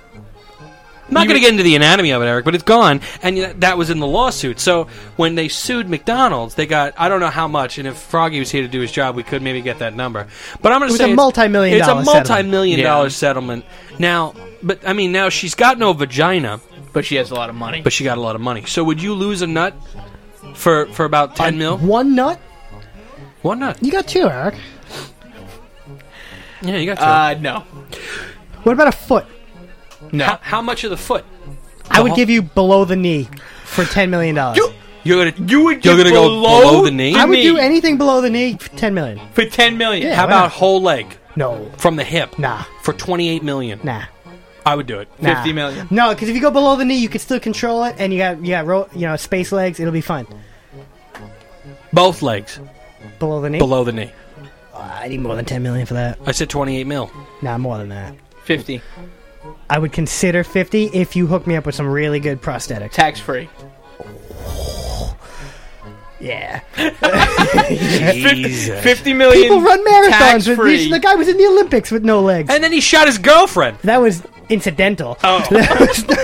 S3: I'm not
S2: You-
S3: going to get into the anatomy of it, Eric, but it's gone, and yet that was in the lawsuit. So when they sued McDonald's, they got I don't know how much, and if Froggy was here to do his job, we could maybe get that number. But I'm going to
S1: was
S3: say
S1: a
S3: it's-
S1: multi-million
S3: It's
S1: dollar
S3: a
S1: settlement.
S3: multi-million
S2: Yeah.
S3: dollar settlement. Now, but I mean, now she's got no vagina,
S2: But she has a lot of money.
S3: but she got a lot of money. So would you lose a nut for for about ten mil?
S1: One nut?
S3: One nut.
S1: You got two, Eric.
S3: Yeah, you got two.
S2: uh, no,
S1: What about a foot?
S2: no.
S3: how, how much of the foot?
S1: I would
S3: whole-
S1: give you below the knee for ten million dollars.
S3: You're gonna
S2: you would
S3: you're
S2: get
S3: gonna go
S2: below,
S3: below the knee?
S1: I would do
S2: knee
S1: anything below the knee for ten million.
S2: for ten million.
S1: Yeah.
S3: how
S1: why
S3: about
S1: not?
S3: whole leg
S1: No,
S3: from the hip?
S1: Nah.
S3: for twenty eight million.
S1: nah,
S3: I would do it.
S1: nah.
S2: 50 million.
S1: No, because if you go below the knee, you can still control it, and you got you got ro- you know space legs. It'll be fun.
S3: Both legs
S1: Below the knee,
S3: below the knee.
S1: I need more than ten million for that.
S3: I said twenty eight mil.
S1: Nah, more than that.
S2: Fifty.
S1: I would consider 50 if you hook me up with some really good prosthetics.
S2: Tax free.
S1: Yeah.
S3: Jesus.
S2: Fifty million.
S1: People run marathons with
S2: tax-free.
S1: these. The guy was in the Olympics with no legs.
S3: And then he shot his girlfriend.
S1: that was incidental. <laughs>
S3: Oh.
S1: That was not-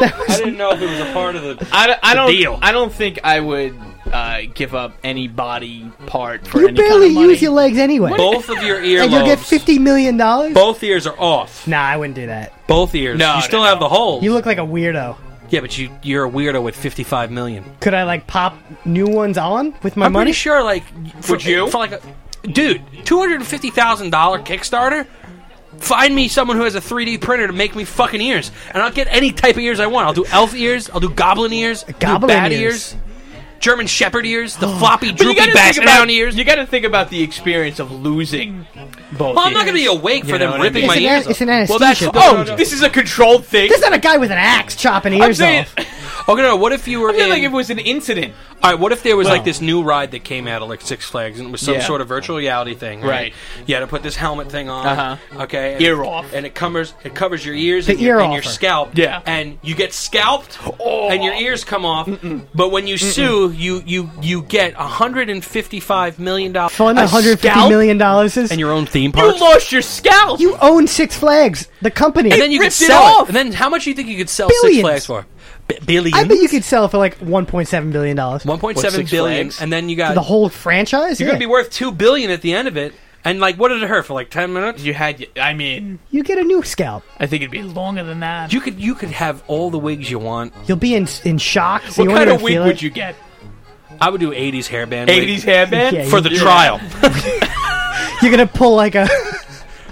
S1: that
S3: I
S1: was
S3: didn't know if it was a part of the.
S2: I, don't- I don't.
S3: deal.
S2: I don't think I would uh, give up any body part for
S1: you
S2: any kind
S1: barely
S2: of money.
S1: use your legs anyway.
S3: <laughs> Both of your
S1: and
S3: earlobes.
S1: you'll get $50 million? Nah,
S3: Both ears are off.
S1: I wouldn't do that.
S3: Both ears.
S2: No,
S3: you
S2: no,
S3: still
S2: no.
S3: have the holes.
S1: You look like a weirdo.
S3: yeah, but you you're a weirdo with 55 million.
S1: Could I, like, pop new ones on with my
S3: I'm
S1: money?
S3: pretty sure. Like, for,
S2: Would you?
S3: For like a, dude, two hundred and fifty thousand dollar Kickstarter. Find me someone who has a 3D printer to make me fucking ears, and I'll get any type of ears I want. I'll do elf ears. I'll do goblin ears. I'll do
S1: Goblin
S3: bat
S1: ears.
S3: ears. German shepherd ears. The floppy
S2: <gasps> But you
S3: droopy
S2: gotta
S3: bass
S2: think about-
S3: down ears.
S2: You got to think about the experience of losing both.
S3: well, I'm not
S2: ears.
S3: gonna be awake for
S2: You know
S3: them
S2: what I
S3: ripping
S2: mean?
S3: my
S1: It's an-
S3: ears. off.
S1: it's an
S3: Well, that's
S1: anesthesia.
S2: Oh,
S3: oh,
S2: this is a controlled thing.
S1: There's not a guy with an axe chopping
S2: I'm
S1: ears
S2: saying,
S1: off.
S2: I
S3: okay. No, what if you were
S2: feel
S3: in?
S2: <laughs> like it was an incident.
S3: All right, what if there was like
S2: Well-
S3: this new ride that came out of like Six Flags and it was some
S2: Yeah.
S3: sort of virtual reality thing,
S2: Right.
S3: right? You had to put this helmet thing on,
S2: Uh-huh.
S3: okay, and
S2: Ear
S3: it,
S2: off.
S3: and it covers it covers your ears
S1: The
S3: and, your,
S1: ear
S3: and your
S1: offer.
S3: scalp,
S2: Yeah. Oh.
S3: and you get scalped, and your ears come off. But when you sue, you you you get 155 million dollars,
S1: Fun, $150 million. dollars is-
S3: and your own theme
S2: You
S3: park,
S2: lost your scalp.
S1: You own Six Flags, the company.
S3: and then you could
S2: ripped it
S3: sell
S2: off.
S3: And then how much do you think you could sell Six
S1: Billions.
S3: Flags for? B- billions.
S1: I bet you could sell it for like 1.7 billion dollars.
S3: Mm-hmm. One point seven
S2: Six
S3: billion,
S2: Flags?
S3: and then you got
S1: The whole franchise.
S3: you're
S1: yeah.
S3: gonna be worth two billion at the end of it. And like, what did it hurt for? Like ten minutes.
S2: you had. y- I mean,
S1: You get a new scalp.
S2: I think it'd be longer than that.
S3: You could you could have all the wigs you want.
S1: You'll be in in shock. So
S2: what
S1: you won't
S2: kind of
S1: even
S2: wig
S1: feel
S2: would
S1: it.
S2: you get?
S3: I would do '80s hairband. wig
S2: 80s hairband.
S1: Yeah,
S3: for the
S2: Yeah.
S3: trial,
S1: You're gonna pull like
S3: <laughs>
S1: a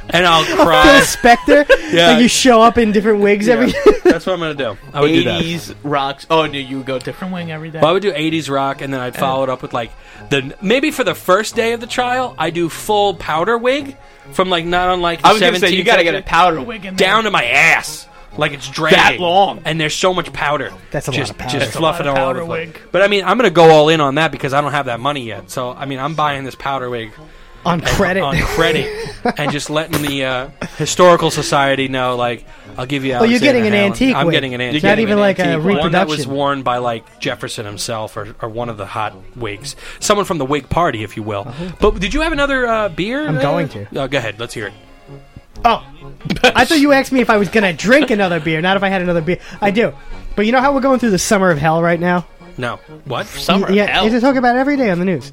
S3: and <laughs> I'll
S1: Phil
S3: cry.
S1: Spector.
S3: Uh, Yeah.
S1: Like you show up in different wigs every.
S3: That's what I'm gonna do. I would do that.
S2: 80s rocks. Oh no, you would go different wing every day.
S3: Well, I would do '80s rock, and then I'd follow it up with like the maybe for the first day of the trial, I do full powder wig from like not unlike the
S2: I was gonna
S3: 17th
S2: say you gotta get a
S3: century,
S2: powder wig in there.
S3: down to my ass. Like it's dragging
S2: long.
S3: and there's so much powder.
S1: That's a lot
S3: just,
S1: of powder.
S3: Just
S1: That's
S2: a
S3: fluffing
S2: lot of
S3: all over.
S2: powder
S3: the place.
S2: wig.
S3: But I mean, I'm gonna go all in on that because I don't have that money yet. So I mean, I'm buying this powder wig
S1: on credit.
S3: on credit and just letting the uh, historical society know like I'll give you.
S1: Oh, you're
S3: Alexander
S1: getting an
S3: Hamilton.
S1: antique
S3: I'm
S1: wig.
S3: getting an
S1: You're
S3: antique.
S1: Not even
S3: wig.
S1: like a
S3: Antique wig. One that was
S1: reproduction.
S3: worn by like Jefferson himself or, or one of the hot wigs, someone from the Whig Party, if you will. But did you have another uh, beer?
S1: Uh-huh. I'm
S3: uh,
S1: going to.
S3: Oh, go ahead. Let's hear it.
S1: <laughs> oh, I
S3: <laughs>
S1: thought you asked me if I was gonna drink another beer, not if I had another beer. I do, but you know how we're going through the summer of hell right now.
S3: No, what?
S2: summer.
S1: yeah,
S2: hell.
S1: they talk about it every day on the news.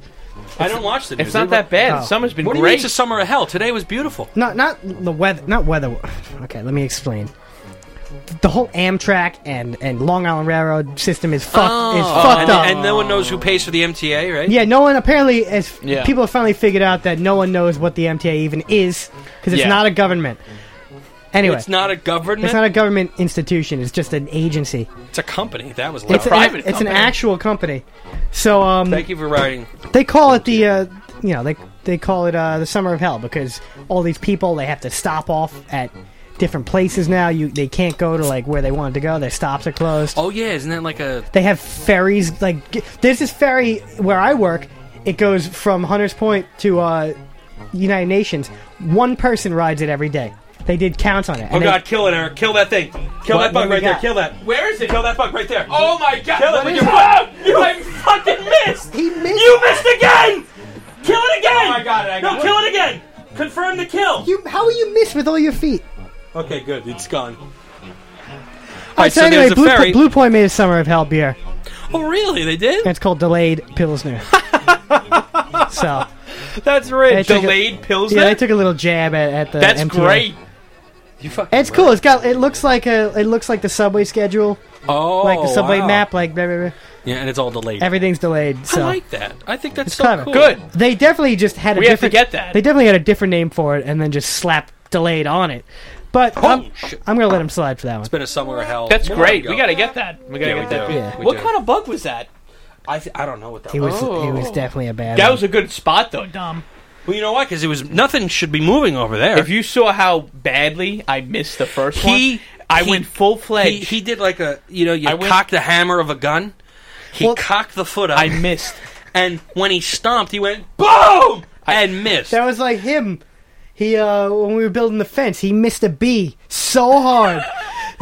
S3: I don't watch the news.
S2: It's not that bad.
S1: Oh.
S2: Summer's been
S3: What do you mean
S2: great.
S3: it's a summer of hell? Today was beautiful.
S1: Not not the weather. Not weather. Okay, let me explain. The whole Amtrak and, and Long Island Railroad system is fucked is fucked
S3: Oh. and,
S1: up.
S3: and no one knows who pays for the MTA, right?
S1: Yeah, no one apparently as
S2: Yeah.
S1: people have finally figured out that no one knows what the MTA even is because it's
S2: Yeah.
S1: not a government. Anyway,
S3: It's not a government.
S1: it's not a government institution. It's just an agency.
S3: It's a company. That was
S1: It's
S3: loud.
S1: an-
S2: private
S1: It's
S2: company.
S1: an actual company. So um,
S3: Thank you for writing.
S1: they call it the uh, you know they they call it uh, the summer of hell because all these people they have to stop off at different places now. You they can't go to like where they wanted to go. Their stops are closed.
S3: Oh yeah, isn't that like a
S1: They have ferries like g- there's this ferry where I work. It goes from Hunters Point to uh, United Nations. One person rides it every day. They did counts on it. and
S3: Oh
S1: they-
S3: god, kill it, Eric. Kill that thing. Kill
S1: What-
S3: that
S1: what
S3: bug
S1: do we
S3: right there.
S1: got?
S3: Kill that.
S2: Where is it?
S3: Kill that bug right there.
S2: Oh my god!
S3: kill it
S2: what
S3: with
S2: is
S3: your
S2: that?
S3: foot. You I fucking missed.
S1: He missed.
S3: You missed again. Kill it again.
S2: Oh, I got it, I got
S3: no,
S2: it.
S3: kill it again. Confirm the kill.
S1: You- how will you miss with all your feet?
S3: Okay, good. It's gone. All
S1: All right, so, anyway,
S3: there's a
S1: Blue, Po-
S3: ferry.
S1: Blue Point made a summer of hell beer.
S3: oh, really? They did?
S1: It's called Delayed Pilsner. so
S3: <laughs> That's right.
S1: It's like a-
S2: Delayed pills.
S1: yeah, I took a little jab at, at the.
S2: That's
S1: MTA.
S2: great.
S3: You fucking
S1: It's cool. It's got. It looks like a. It looks like the subway schedule,
S3: Oh,
S1: like the subway
S3: wow.
S1: map. Like blah, blah, blah.
S3: Yeah, and it's all delayed.
S1: everything's delayed. So
S3: I like that. I think that's
S1: It's
S3: so
S1: clever.
S3: cool.
S2: Good.
S1: They definitely just had a
S2: We have to
S1: different-
S2: get that.
S1: They definitely had a different name for it and then just slapped delayed on it. But
S2: Oh.
S1: I'm,
S3: Oh, shit.
S1: I'm gonna let him slide for that one.
S3: It's been a summer of hell.
S2: That's
S3: More
S2: great.
S3: ago.
S2: We gotta get that. We gotta
S3: Yeah, we
S2: get that.
S3: do.
S2: beer.
S1: Yeah.
S3: We
S2: What
S3: do.
S2: kind of bug was that?
S3: I, th- I don't know what that
S1: It was it
S2: Oh.
S1: was definitely a bad.
S2: That
S1: one.
S2: was a good spot though, Dom.
S3: Well, you know why? Because it was nothing should be moving over there.
S2: If you saw how badly I missed the first
S3: He-
S2: one, I
S3: he-
S2: went full
S3: he,
S2: fledged.
S3: he did like a you know you
S2: I went-
S3: cock the hammer of a gun. He
S1: Well-
S3: cocked the foot up,
S2: I missed.
S3: and when he stomped, he went boom and missed.
S1: that was like him. He uh, when we were building the fence, he missed a bee so
S2: <laughs>
S1: hard.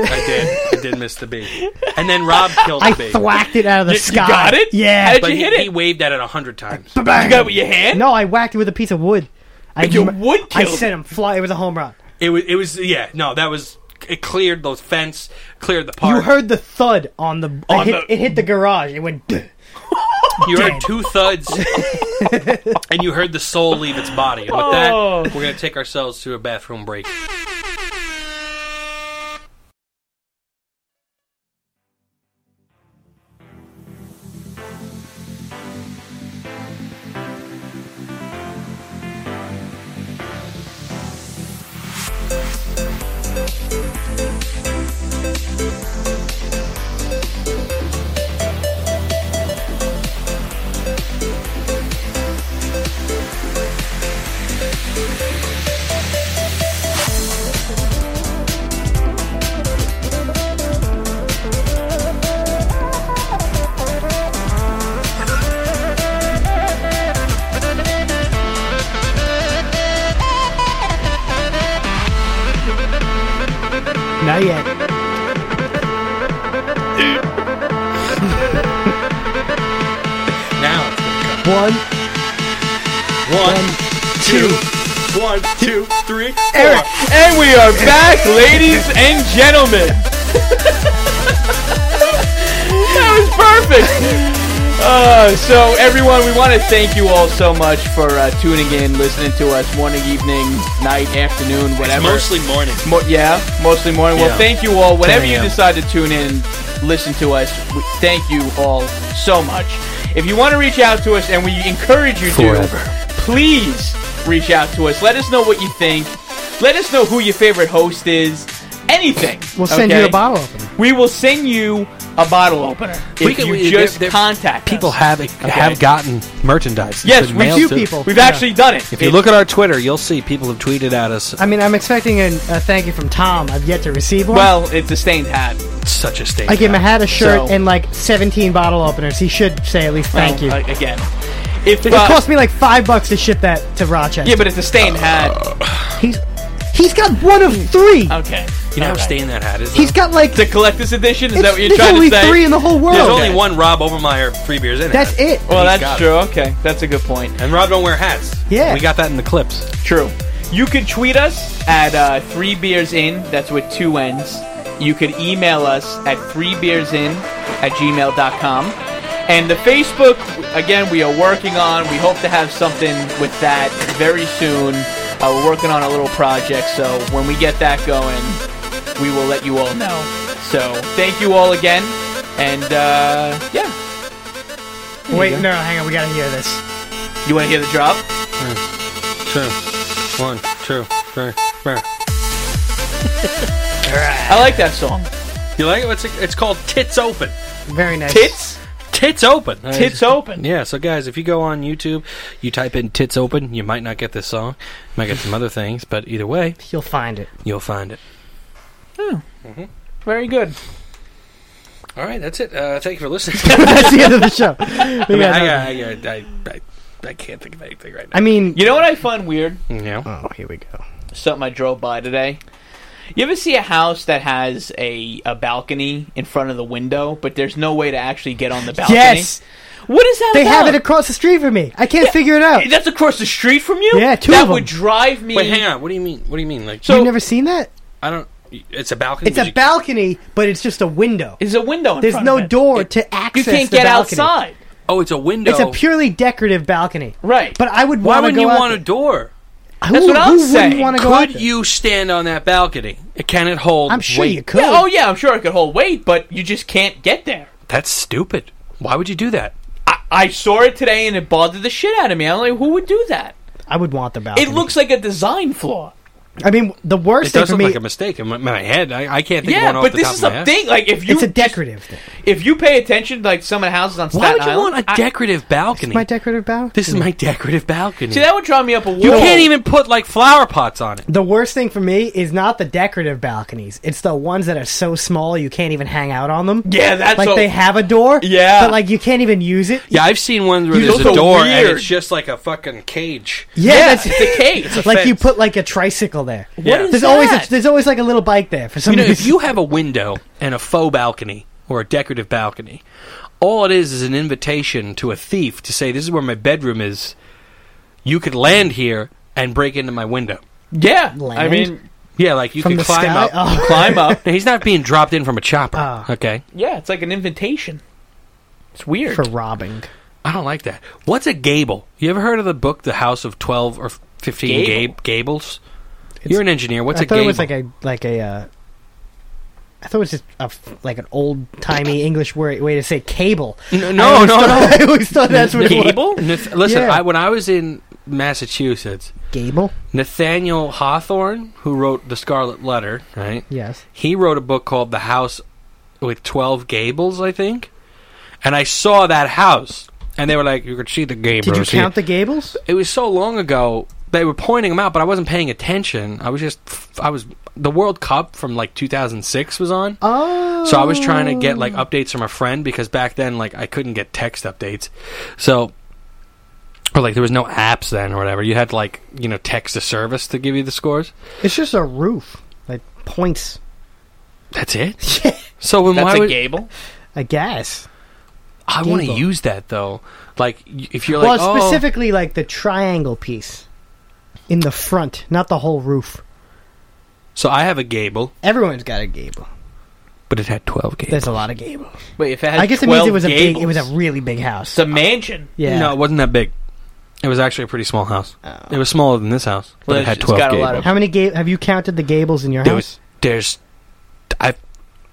S3: I did. I did miss the bee. And then <laughs> Rob killed
S1: I
S3: the bee.
S1: thwacked it out of the
S2: You- you
S1: sky.
S2: got it? How
S1: Yeah.
S2: did
S3: but
S2: you
S3: he,
S2: hit it?
S3: he waved at it a hundred times.
S2: You got it with your hand?
S1: No, I whacked it with a piece of wood. I
S2: Your
S1: m-
S2: wood
S1: I
S2: killed
S1: sent him fly. It was a home run.
S3: It was. It was. Yeah. No, that was. It cleared the fence. Cleared the
S1: You
S3: park.
S1: heard the thud on the. I
S2: On
S1: hit,
S2: the-
S1: It hit the garage. It went.
S3: You heard two <laughs> thuds, and you heard the soul leave its body. And with that,
S2: Oh.
S3: we're going to take ourselves to a bathroom break.
S1: Not yet.
S3: Now, it's gonna come.
S1: One,
S3: one,
S1: two.
S3: one, two, three, four.
S2: And we are back, ladies and gentlemen. that was perfect. Uh, so, everyone, we want to thank you all so much for uh, tuning in, listening to us morning, evening, night, afternoon,
S3: It's
S2: whatever.
S3: mostly morning.
S2: Mo- yeah, mostly morning. Well,
S3: Yeah.
S2: thank you all. Whenever you
S3: 10 a.m..
S2: decide to tune in, listen to us. We thank you all so much. If you want to reach out to us, and we encourage you
S3: Forever.
S2: to, please reach out to us. Let us know what you think. Let us know who your favorite host is. Anything.
S1: We'll send
S2: okay?
S1: you a bottle opener.
S2: We will send you a bottle opener if
S3: We can-
S2: you
S3: we-
S2: just
S3: there- there-
S2: contact
S4: People
S2: us.
S4: have have gotten merchandise.
S2: Yes,
S4: It's been
S2: we
S4: mailed
S1: do,
S4: to-
S1: people.
S2: We've
S1: Yeah.
S2: actually done it.
S4: If you look at our Twitter, you'll see people have tweeted at us.
S1: I mean, I'm expecting a, a thank you from Tom. I've yet to receive one.
S2: well, it's a stained hat.
S3: It's such a state.
S1: I gave him a hat, a shirt,
S2: So-
S1: and like 17 bottle openers. He should say at least thank you.
S2: Well, a- again. If
S1: it
S2: uh,
S1: cost me like five bucks to ship that to Rochester.
S2: yeah, but it's a stained hat.
S1: he's he's got one of three.
S2: Okay.
S3: You know how
S2: All right.
S3: staying that hat is.
S1: He's got like
S2: It's a collector's edition. Is
S1: it's,
S2: that what you're
S1: there's
S2: trying
S1: only
S2: to say?
S1: three in the whole world.
S3: There's
S2: Okay.
S3: only one Rob Obermeyer free beers in
S1: That's it.
S2: well,
S3: He's
S2: that's
S3: got
S2: true. Okay, that's a good point.
S3: And Rob don't wear hats.
S1: yeah.
S4: We got that in the clips.
S2: True. You can tweet us at uh, three beers in. That's with two ends. You could email us at three beers in at gmail.com. And the Facebook, again, we are working on. We hope to have something with that very soon. Uh, we're working on a little project, so when we get that going, we will let you all know. So thank you all again, and uh, yeah,
S1: Wait, no, hang on. We gotta hear this.
S2: you want to hear the drop?
S3: True. One, two, three, four.
S2: I like that song.
S3: You like it? What's it? It's called Tits Open.
S1: Very nice.
S2: Tits,
S3: Tits Open.
S2: tits open.
S3: Yeah, so guys, if you go on YouTube, you type in "tits open," you might not get this song. You might get some other things, but either way,
S1: You'll find it.
S3: you'll find it.
S2: Very good.
S3: All right, that's it. Uh, thank you for listening.
S1: <laughs> That's the end of the
S2: <laughs>
S1: show. We
S3: I, mean,
S1: got
S3: I,
S1: nothing.
S3: I, I, I, I can't think of anything right now.
S1: I mean,
S2: You know what I find weird?
S3: Yeah.
S1: oh, here we go.
S2: something I drove by today. You ever see a house that has a, a balcony in front of the window, but there's no way to actually get on the balcony?
S1: Yes,
S2: What is that?
S1: they have it
S2: about?
S1: across the street from me. I can't figure it out.
S2: That's across the street from you.
S1: Yeah, two
S2: That
S1: of 'em.
S2: would drive me.
S3: Wait, hang on. What do you mean? What do you mean? Like,
S2: So
S1: You've never seen that?
S3: I don't. It's a balcony.
S1: It's
S3: but
S1: a
S3: you-
S1: balcony, but it's just a window.
S2: There's a window. In
S1: There's
S2: front
S1: no
S2: of it.
S1: door
S2: It-
S1: to access.
S2: You can't
S1: the
S2: get
S1: balcony.
S2: outside.
S3: Oh, it's a window.
S1: It's a purely decorative balcony.
S2: Right.
S1: But I would.
S3: Why
S1: wanna
S3: wouldn't
S1: go
S3: you
S1: out
S3: want a
S1: there.
S3: door?
S1: Who,
S2: That's what I'm
S1: who
S2: saying.
S1: Wouldn't want to go out
S3: Could
S1: there?
S3: you stand on that balcony? Can it hold?
S1: I'm sure
S3: weight?
S1: you could.
S2: Yeah, oh yeah, I'm sure it could hold weight, but you just can't get there.
S3: That's stupid. Why would you do that?
S2: I, I saw it today and it bothered the shit out of me. I'm like, who would do that?
S1: I would want the balcony.
S2: It looks like a design flaw.
S1: I mean, the worst
S3: It
S1: thing
S3: does
S1: for
S3: look
S1: me.
S3: like a mistake in my, my head. I, I can't think of
S2: yeah,
S3: one off
S2: but
S3: the
S2: this
S3: top of
S2: is
S3: my
S2: a
S3: head.
S2: thing. Like if you
S1: it's a decorative thing.
S2: If you pay attention to like some of the houses on
S3: Why
S2: Staten
S3: would you
S2: Island,
S3: want a
S2: I-
S3: decorative balcony?
S1: My decorative bow.
S3: this is my decorative balcony.
S2: see, that would draw me up a wall.
S3: you can't even put like flower pots on it.
S1: The worst thing for me is not the decorative balconies. It's the ones that are so small you can't even hang out on them.
S2: Yeah, that's
S1: like
S2: a-
S1: they have a door.
S2: Yeah.
S1: but like you can't even use it.
S3: Yeah, I've seen one where
S2: You-
S3: there's
S2: those
S3: a
S2: are
S3: door and
S2: weird.
S3: it's just like a fucking cage.
S1: Yeah,
S2: Yes,
S1: that's
S2: it's a cage. It's
S1: <laughs>
S2: a
S1: like
S3: fence.
S1: you put like a tricycle there.
S3: Yeah. is
S1: there's always
S2: that?
S1: a, there's always like a little bike there for some
S3: You know, if
S1: reason.
S3: you have a window and a faux balcony or a decorative balcony, all it is is an invitation to a thief to say, "This is where my bedroom is. You could land here and break into my window."
S2: yeah. I
S1: Land?
S2: mean,
S3: Yeah, like you
S1: From
S3: could
S1: the
S3: climb
S1: sky?
S3: up.
S1: Oh.
S2: climb
S1: <laughs>
S2: up.
S3: No, he's not being dropped in from a chopper.
S1: Ah.
S3: Okay,
S2: Yeah, it's like an invitation. It's weird.
S1: for robbing.
S3: I don't like that. What's a gable? You ever heard of the book, The House of Twelve or Fifteen
S2: Gable.
S3: Gab- Gables? You're an engineer. What's
S1: I
S3: a
S1: thought
S3: gable?
S1: it was like a like a. Uh, I thought it was just a f like an old timey English word, way to say cable.
S3: no,
S1: I
S3: no,
S1: always
S3: no, no.
S1: thought- I always thought <laughs> that's what it was. <laughs>
S3: Gable? Nath- listen,
S1: Yeah.
S3: I, when I was in Massachusetts,
S1: Gable.
S3: Nathaniel Hawthorne, who wrote The Scarlet Letter, right?
S1: Yes.
S3: He wrote a book called The House with 12 Gables, I think. And I saw that house, and they were like, you could see the gables.
S1: Did you
S3: here."
S1: count the gables?
S3: It was so long ago. They were pointing them out, but I wasn't paying attention. I was just, I was, the World Cup from like 2006 was on.
S1: Oh.
S3: So I was trying to get like updates from a friend because back then like I couldn't get text updates. So or like there was no apps then or whatever. You had to like, you know, text a service to give you the scores.
S1: Oh. It's just a roof. Like
S3: <laughs>
S1: points,
S3: That's it. so when
S2: That's
S3: why
S2: a
S3: would,
S2: gable.
S1: I guess.
S3: I want to
S1: gable.
S3: use that though. Like y- if you're like
S1: well,
S3: oh,
S1: specifically like the triangle piece in the front, not the whole roof.
S3: so I have a gable,
S1: Everyone's got a gable.
S3: but it had 12 gables.
S1: There's a lot of gables.
S2: Wait, if it has
S1: I guess it means it
S2: 12
S1: was a big,
S2: gables,
S1: it was a really big house.
S2: it's a mansion.
S1: Yeah.
S3: No, it wasn't that big. It was actually a pretty small house.
S1: Oh.
S3: It was smaller than this house, but
S2: Well,
S3: it had
S2: it's
S3: 12
S2: got a
S3: gables.
S2: lot of-
S1: How many ga- have you counted the gables in your
S3: there
S1: house?
S3: was there's I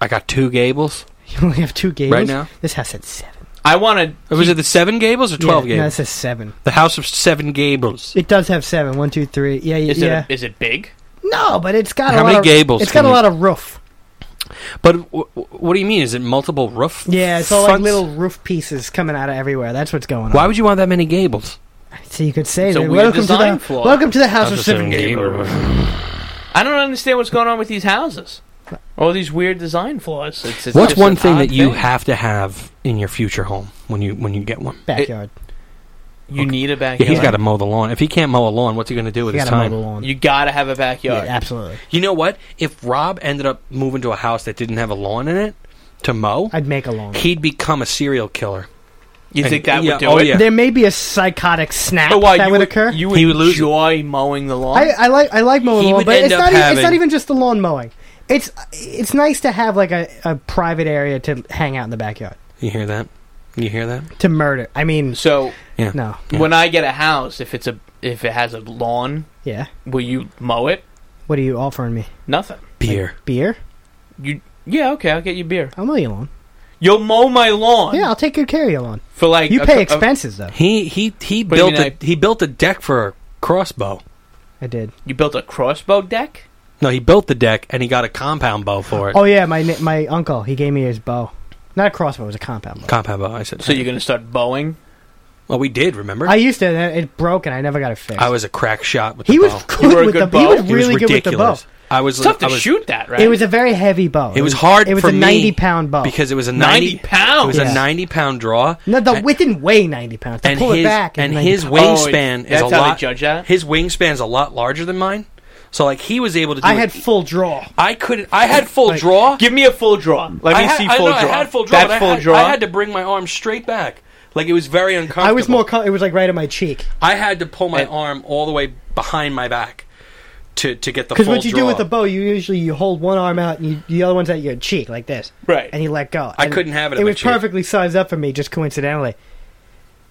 S3: I got two gables.
S1: <laughs> You only have two gables
S3: Right now?
S1: This house had seven.
S2: I want
S3: Or was it the seven gables or twelve
S1: yeah, No,
S3: gables?
S1: this says seven.
S3: the House of Seven Gables.
S1: It does have seven. One, two, three. Yeah,
S2: to. Is,
S1: yeah.
S2: it, is it big?
S1: no, but it's got
S3: How
S1: a
S3: many
S1: lot
S3: gables
S1: Of, it's got
S3: can
S1: a
S3: you-
S1: lot of roof.
S3: But w- w- what do you mean? Is it multiple roof?
S1: Yeah, it's all like
S3: fronts?
S1: little roof pieces coming out of everywhere. That's what's going on.
S3: Why would you want that many gables?
S1: so you could say
S2: It's a
S1: that.
S2: weird
S1: Welcome to
S2: design
S1: the
S2: flaw.
S1: welcome to the house of seven gables.
S2: I don't understand what's going on with these houses. All these weird design flaws. It's, it's
S3: What's
S2: just
S3: one
S2: an
S3: thing
S2: odd
S3: that you
S2: thing.
S3: have to have in your future home when you when you get one?
S1: Backyard.
S2: You need a backyard.
S3: Yeah, he's got to mow the lawn. If he can't mow a lawn, what's he going to do with
S1: you
S3: his
S1: gotta mow
S3: time?
S1: the lawn.
S2: You gotta have a
S1: yeah,
S2: backyard.
S1: absolutely.
S3: You know what? If Rob ended up moving to a house that didn't have a lawn in it to mow,
S1: I'd make a lawn.
S3: he'd become a serial killer.
S2: You
S3: And-
S2: think that
S3: yeah,
S2: would do
S3: oh,
S2: it?
S3: yeah.
S1: There may be a psychotic snap
S2: Oh, wow,
S1: that
S2: you
S1: would occur.
S2: You
S3: He
S2: would
S3: would lose-
S2: enjoy mowing the lawn.
S1: I, I like I like mowing
S3: He
S1: the lawn,
S3: would
S1: but
S3: end
S1: it's
S3: up
S1: not even, it's
S3: having-
S1: not even just the lawn mowing. It's it's nice to have like a, a private area to hang out in the backyard
S3: You hear that? You hear that?
S1: to murder. I mean,
S2: so
S3: Yeah.
S1: no,
S3: Yeah.
S2: when I get a house, if it's a if it has a lawn,
S1: yeah.
S2: will you mow it?
S1: What are you offering me?
S2: Nothing.
S3: Beer.
S1: Beer?
S2: You yeah okay. I'll get you beer.
S1: I'll mow your lawn.
S2: You'll mow my lawn.
S1: Yeah, I'll take good care of your lawn.
S2: For like
S1: You
S2: a
S1: pay
S2: cou- a-
S1: expenses though.
S3: He he he
S2: What do you
S3: built
S2: mean
S3: a he built a deck for a crossbow.
S1: I did.
S2: you built a crossbow deck.
S3: No, he built the deck and he got a compound bow for it.
S1: Oh yeah, my ni- my uncle he gave me his bow, not a crossbow, it was a compound bow.
S3: Compound bow. I said.
S2: So you're gonna start bowing.
S3: Well, we did remember.
S1: I
S3: I,
S1: used to. and It broke and I never got it fixed.
S3: was Oh. a crack shot with
S1: he
S3: the
S1: was
S3: bow.
S2: You were a
S1: good with
S2: good
S1: the bow. He was
S2: bow?
S3: It
S1: really
S3: was
S1: good with the bow.
S3: ridiculous. I was
S2: It's tough to
S3: I was,
S2: shoot that, right?
S1: It was a very heavy bow.
S3: It was hard
S1: It was
S3: for
S1: a
S3: me
S1: ninety pound bow.
S3: because it was a ninety.
S2: 90 pounds.
S3: It was
S1: Yeah.
S3: a ninety pound draw.
S1: no, the
S3: and-
S1: width didn't weigh ninety pounds. To
S3: and
S1: pull
S3: his
S1: it back
S3: and
S1: it was 90
S3: his
S1: pounds.
S3: wingspan
S2: Oh,
S3: is
S2: that's
S3: a
S2: how they
S3: lot.
S2: judge that?
S3: His wingspan's a lot larger than mine. So like he was able to. Do
S1: I
S3: it-
S1: had full draw.
S3: I couldn't. I had full
S1: Like,
S3: draw.
S2: Give me a full draw. Let me
S3: I had,
S2: see
S3: I
S2: full
S3: know,
S2: draw.
S3: I had full draw.
S2: That's
S3: but I
S2: full
S3: had,
S2: draw.
S3: I had to bring my arm straight back. Like it was very uncomfortable.
S1: I was more. Co- it was like right at my cheek.
S3: I had to pull my
S2: And-
S3: arm all the way behind my back to to get the full
S1: Because what you
S3: draw.
S1: do with the bow, you usually you hold one arm out and you, the other one's at your cheek like this,
S2: Right.
S1: and you let go.
S3: I
S1: And
S3: couldn't have it at
S1: It
S3: my
S1: was
S3: cheek.
S1: perfectly sized up for me, just coincidentally.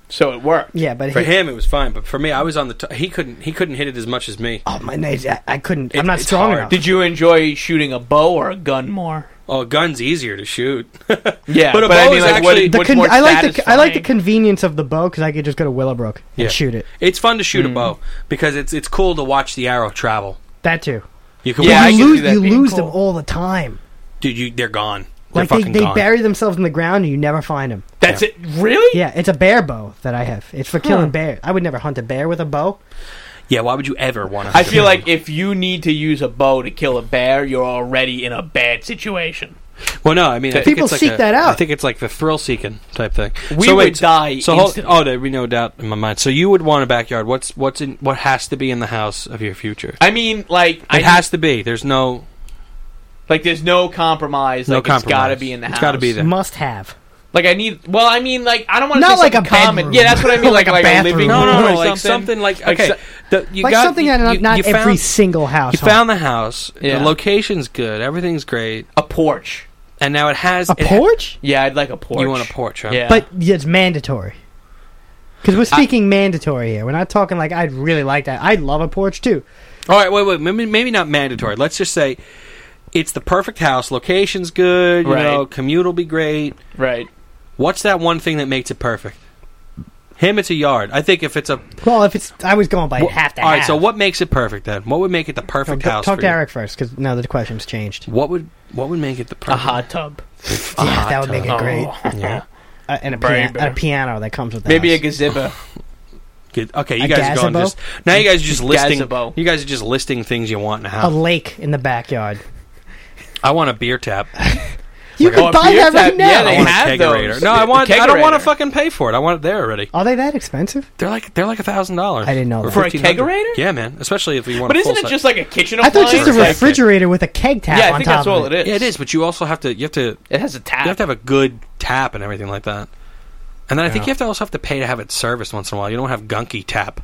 S2: so it worked.
S1: Yeah, but
S3: for
S1: he,
S3: him, it was fine, but for me, I was on the. T- he couldn't. He couldn't hit it as much as me.
S1: oh my knees, I, I couldn't.
S3: It-
S1: I'm not
S3: it's
S1: strong
S3: hard.
S1: enough.
S2: Did you enjoy shooting a bow or a gun more?
S3: Oh, a gun's easier to shoot. <laughs>
S2: Yeah,
S3: But a
S2: I
S3: bow
S2: mean,
S3: is
S2: like, what,
S3: actually-
S1: the
S2: what's
S1: con-
S2: more
S1: I like the I like the
S2: satisfying?
S1: convenience of the bow because I could just go to Willowbrook and
S3: Yeah.
S1: shoot it.
S3: it's fun to
S2: Hmm.
S3: shoot a bow because it's it's cool to watch the arrow travel.
S1: That too.
S3: You can
S2: Yeah,
S3: watch,
S2: I
S1: you
S2: can do
S1: lose
S2: that.
S1: you
S2: Being
S1: lose
S2: cool.
S1: them all the time.
S3: dude. You they're gone.
S1: Like they,
S3: fucking
S1: they
S3: gone.
S1: bury themselves in the ground and you never find them.
S2: That's it. Really?
S1: Yeah, it's a bear bow that I have. It's for killing bears. I would never hunt a bear with a bow.
S3: Yeah, why would you ever want to?
S2: I feel like if you need to use a bow to kill a bear, you're already in a bad situation.
S3: Well, no, I mean, I think
S1: People
S3: it's like
S1: seek
S3: a-
S1: that out.
S3: I think it's like the thrill seeking type thing.
S2: We
S3: so
S2: would
S3: wait, so-
S2: die
S3: So hold,
S2: instantly.
S3: oh, there'd be no doubt in my mind. So you would want a backyard. What's what's in what has to be in the house of your future?
S2: I mean, like, I
S3: it has to be. There's no.
S2: like, there's no compromise.
S3: No
S2: Like, it's got to
S3: compromise.
S2: be in the house.
S3: It's gotta be there. Yeah.
S1: Must have.
S2: Like, I need. Well, I mean, like, I don't want to
S1: Not
S2: say
S1: like a
S2: something common.
S1: bedroom.
S2: Yeah, that's what
S1: <laughs>
S2: I mean.
S1: Like
S2: Like,
S1: a
S2: like, a,
S1: bathroom.
S2: living
S1: No,
S2: room
S1: no,
S2: or
S3: like
S2: something.
S3: something like
S2: Like
S3: okay.
S2: so-
S3: the- you
S1: Like
S3: got-
S1: something
S3: you-
S1: that not,
S3: you-
S1: not
S3: you
S1: every
S3: found-
S1: single house.
S3: You found the house.
S2: Yeah.
S3: The location's good. Everything's great.
S2: a porch.
S3: And now it has
S1: a
S3: it-
S1: porch,
S2: Yeah, I'd like a porch.
S3: You want a porch? Huh?
S2: Yeah,
S1: but yeah, it's mandatory. Because we're speaking mandatory here. We're not talking like I'd really like that. I'd love a porch too.
S3: All right. Wait. Wait. Maybe, maybe not mandatory. Let's just say it's the perfect house. Location's good. You
S2: Right.
S3: know, commute will be great.
S2: right.
S3: What's that one thing that makes it perfect? Him, it's a yard. I think if it's a
S1: Well, if it's, I was going by half that.
S3: all right. So what makes it perfect then? What would make it the
S1: No,
S3: perfect
S1: go-
S3: house?
S1: talk
S3: for
S1: to
S3: you?
S1: Eric first, because now the question's changed.
S3: What would what would make it the
S2: A
S3: perfect?
S2: hot tub.
S1: yeah, that would make it
S2: tub.
S1: great.
S2: Oh.
S3: Yeah.
S1: Uh, and a,
S2: Very
S1: pian- a piano that comes with that.
S2: Maybe a <laughs> gazebo.
S3: Good. Okay, you
S1: A
S3: guys are going
S1: gazebo?
S3: just now. You guys are just listing.
S2: Gazebo.
S3: You guys are just listing things you want in a
S1: a
S3: house.
S1: lake in the backyard.
S3: I want a beer tap.
S1: You
S2: Oh, a
S1: can buy
S2: beer
S1: that
S2: tap.
S1: right now.
S2: Yeah,
S3: I
S2: They
S3: want a
S2: have
S3: kegerator.
S2: those.
S3: No, I
S2: The
S3: want. I don't want to
S2: kegerator.
S3: fucking pay for it. I want it there already.
S1: Are they that expensive?
S3: They're like they're like a thousand dollars.
S1: I didn't know that.
S2: For a kegerator?
S3: Yeah, man. Especially if you want.
S2: But
S3: a
S2: isn't
S3: full
S2: it
S3: size-
S2: just like a kitchen
S1: I
S2: appliance?
S1: thought just a
S2: Like-
S1: refrigerator with a keg tap
S2: Yeah, I
S1: on
S2: think
S1: top
S2: that's
S1: of
S2: all
S1: it.
S2: it is.
S3: Yeah, it is. But you also have to. You have to.
S2: It has a tap.
S3: You have to have a good tap and everything like that. And then I think
S1: Yeah.
S3: you have to also have to pay to have it serviced once in a while. You don't have gunky tap.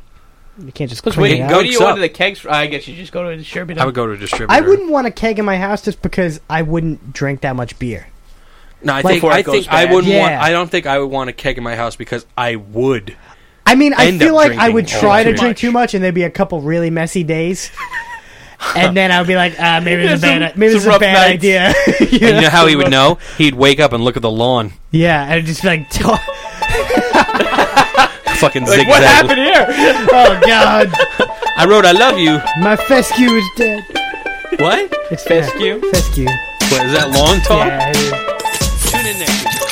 S1: You can't just
S2: Plus,
S1: clean
S2: wait,
S1: it
S3: you
S1: out.
S3: go-
S2: where do you
S3: Gunks
S2: order
S3: up.
S2: the kegs? From? I guess you just go to a distributor.
S3: I would go to a distributor.
S1: I wouldn't want a keg in my house just because I wouldn't drink that much beer.
S3: No, I
S1: Like-
S3: think
S2: Before it
S3: I
S2: goes
S3: think I
S2: bad.
S3: wouldn't
S1: Yeah.
S3: want. I don't think I would want a keg in my house because I would.
S1: I mean, I
S3: End
S1: feel
S3: up
S1: like I would
S3: drinking
S1: try
S3: all
S1: to
S3: too
S1: drink
S3: much.
S1: too much, and there'd be a couple really messy
S2: <laughs>
S1: days. and then I would be like, ah, maybe this is a
S2: Some-
S1: bad, maybe this is
S2: some
S1: a
S2: rough
S1: bad
S2: nights.
S1: idea. <laughs> yeah.
S3: And you know how he would know? He'd wake up and look at the <laughs> lawn,
S1: yeah, and I'd just be like, <laughs> "Oh,
S3: fucking
S2: Like,
S3: zigzag.
S2: what happened here?
S1: oh god,
S3: I wrote, "I love you."
S1: my fescue is dead.
S3: What?
S1: It's
S2: Fescue?
S1: Yeah, fescue.
S3: What, is that long talk?
S1: Yeah. it is.
S3: Tune in next week.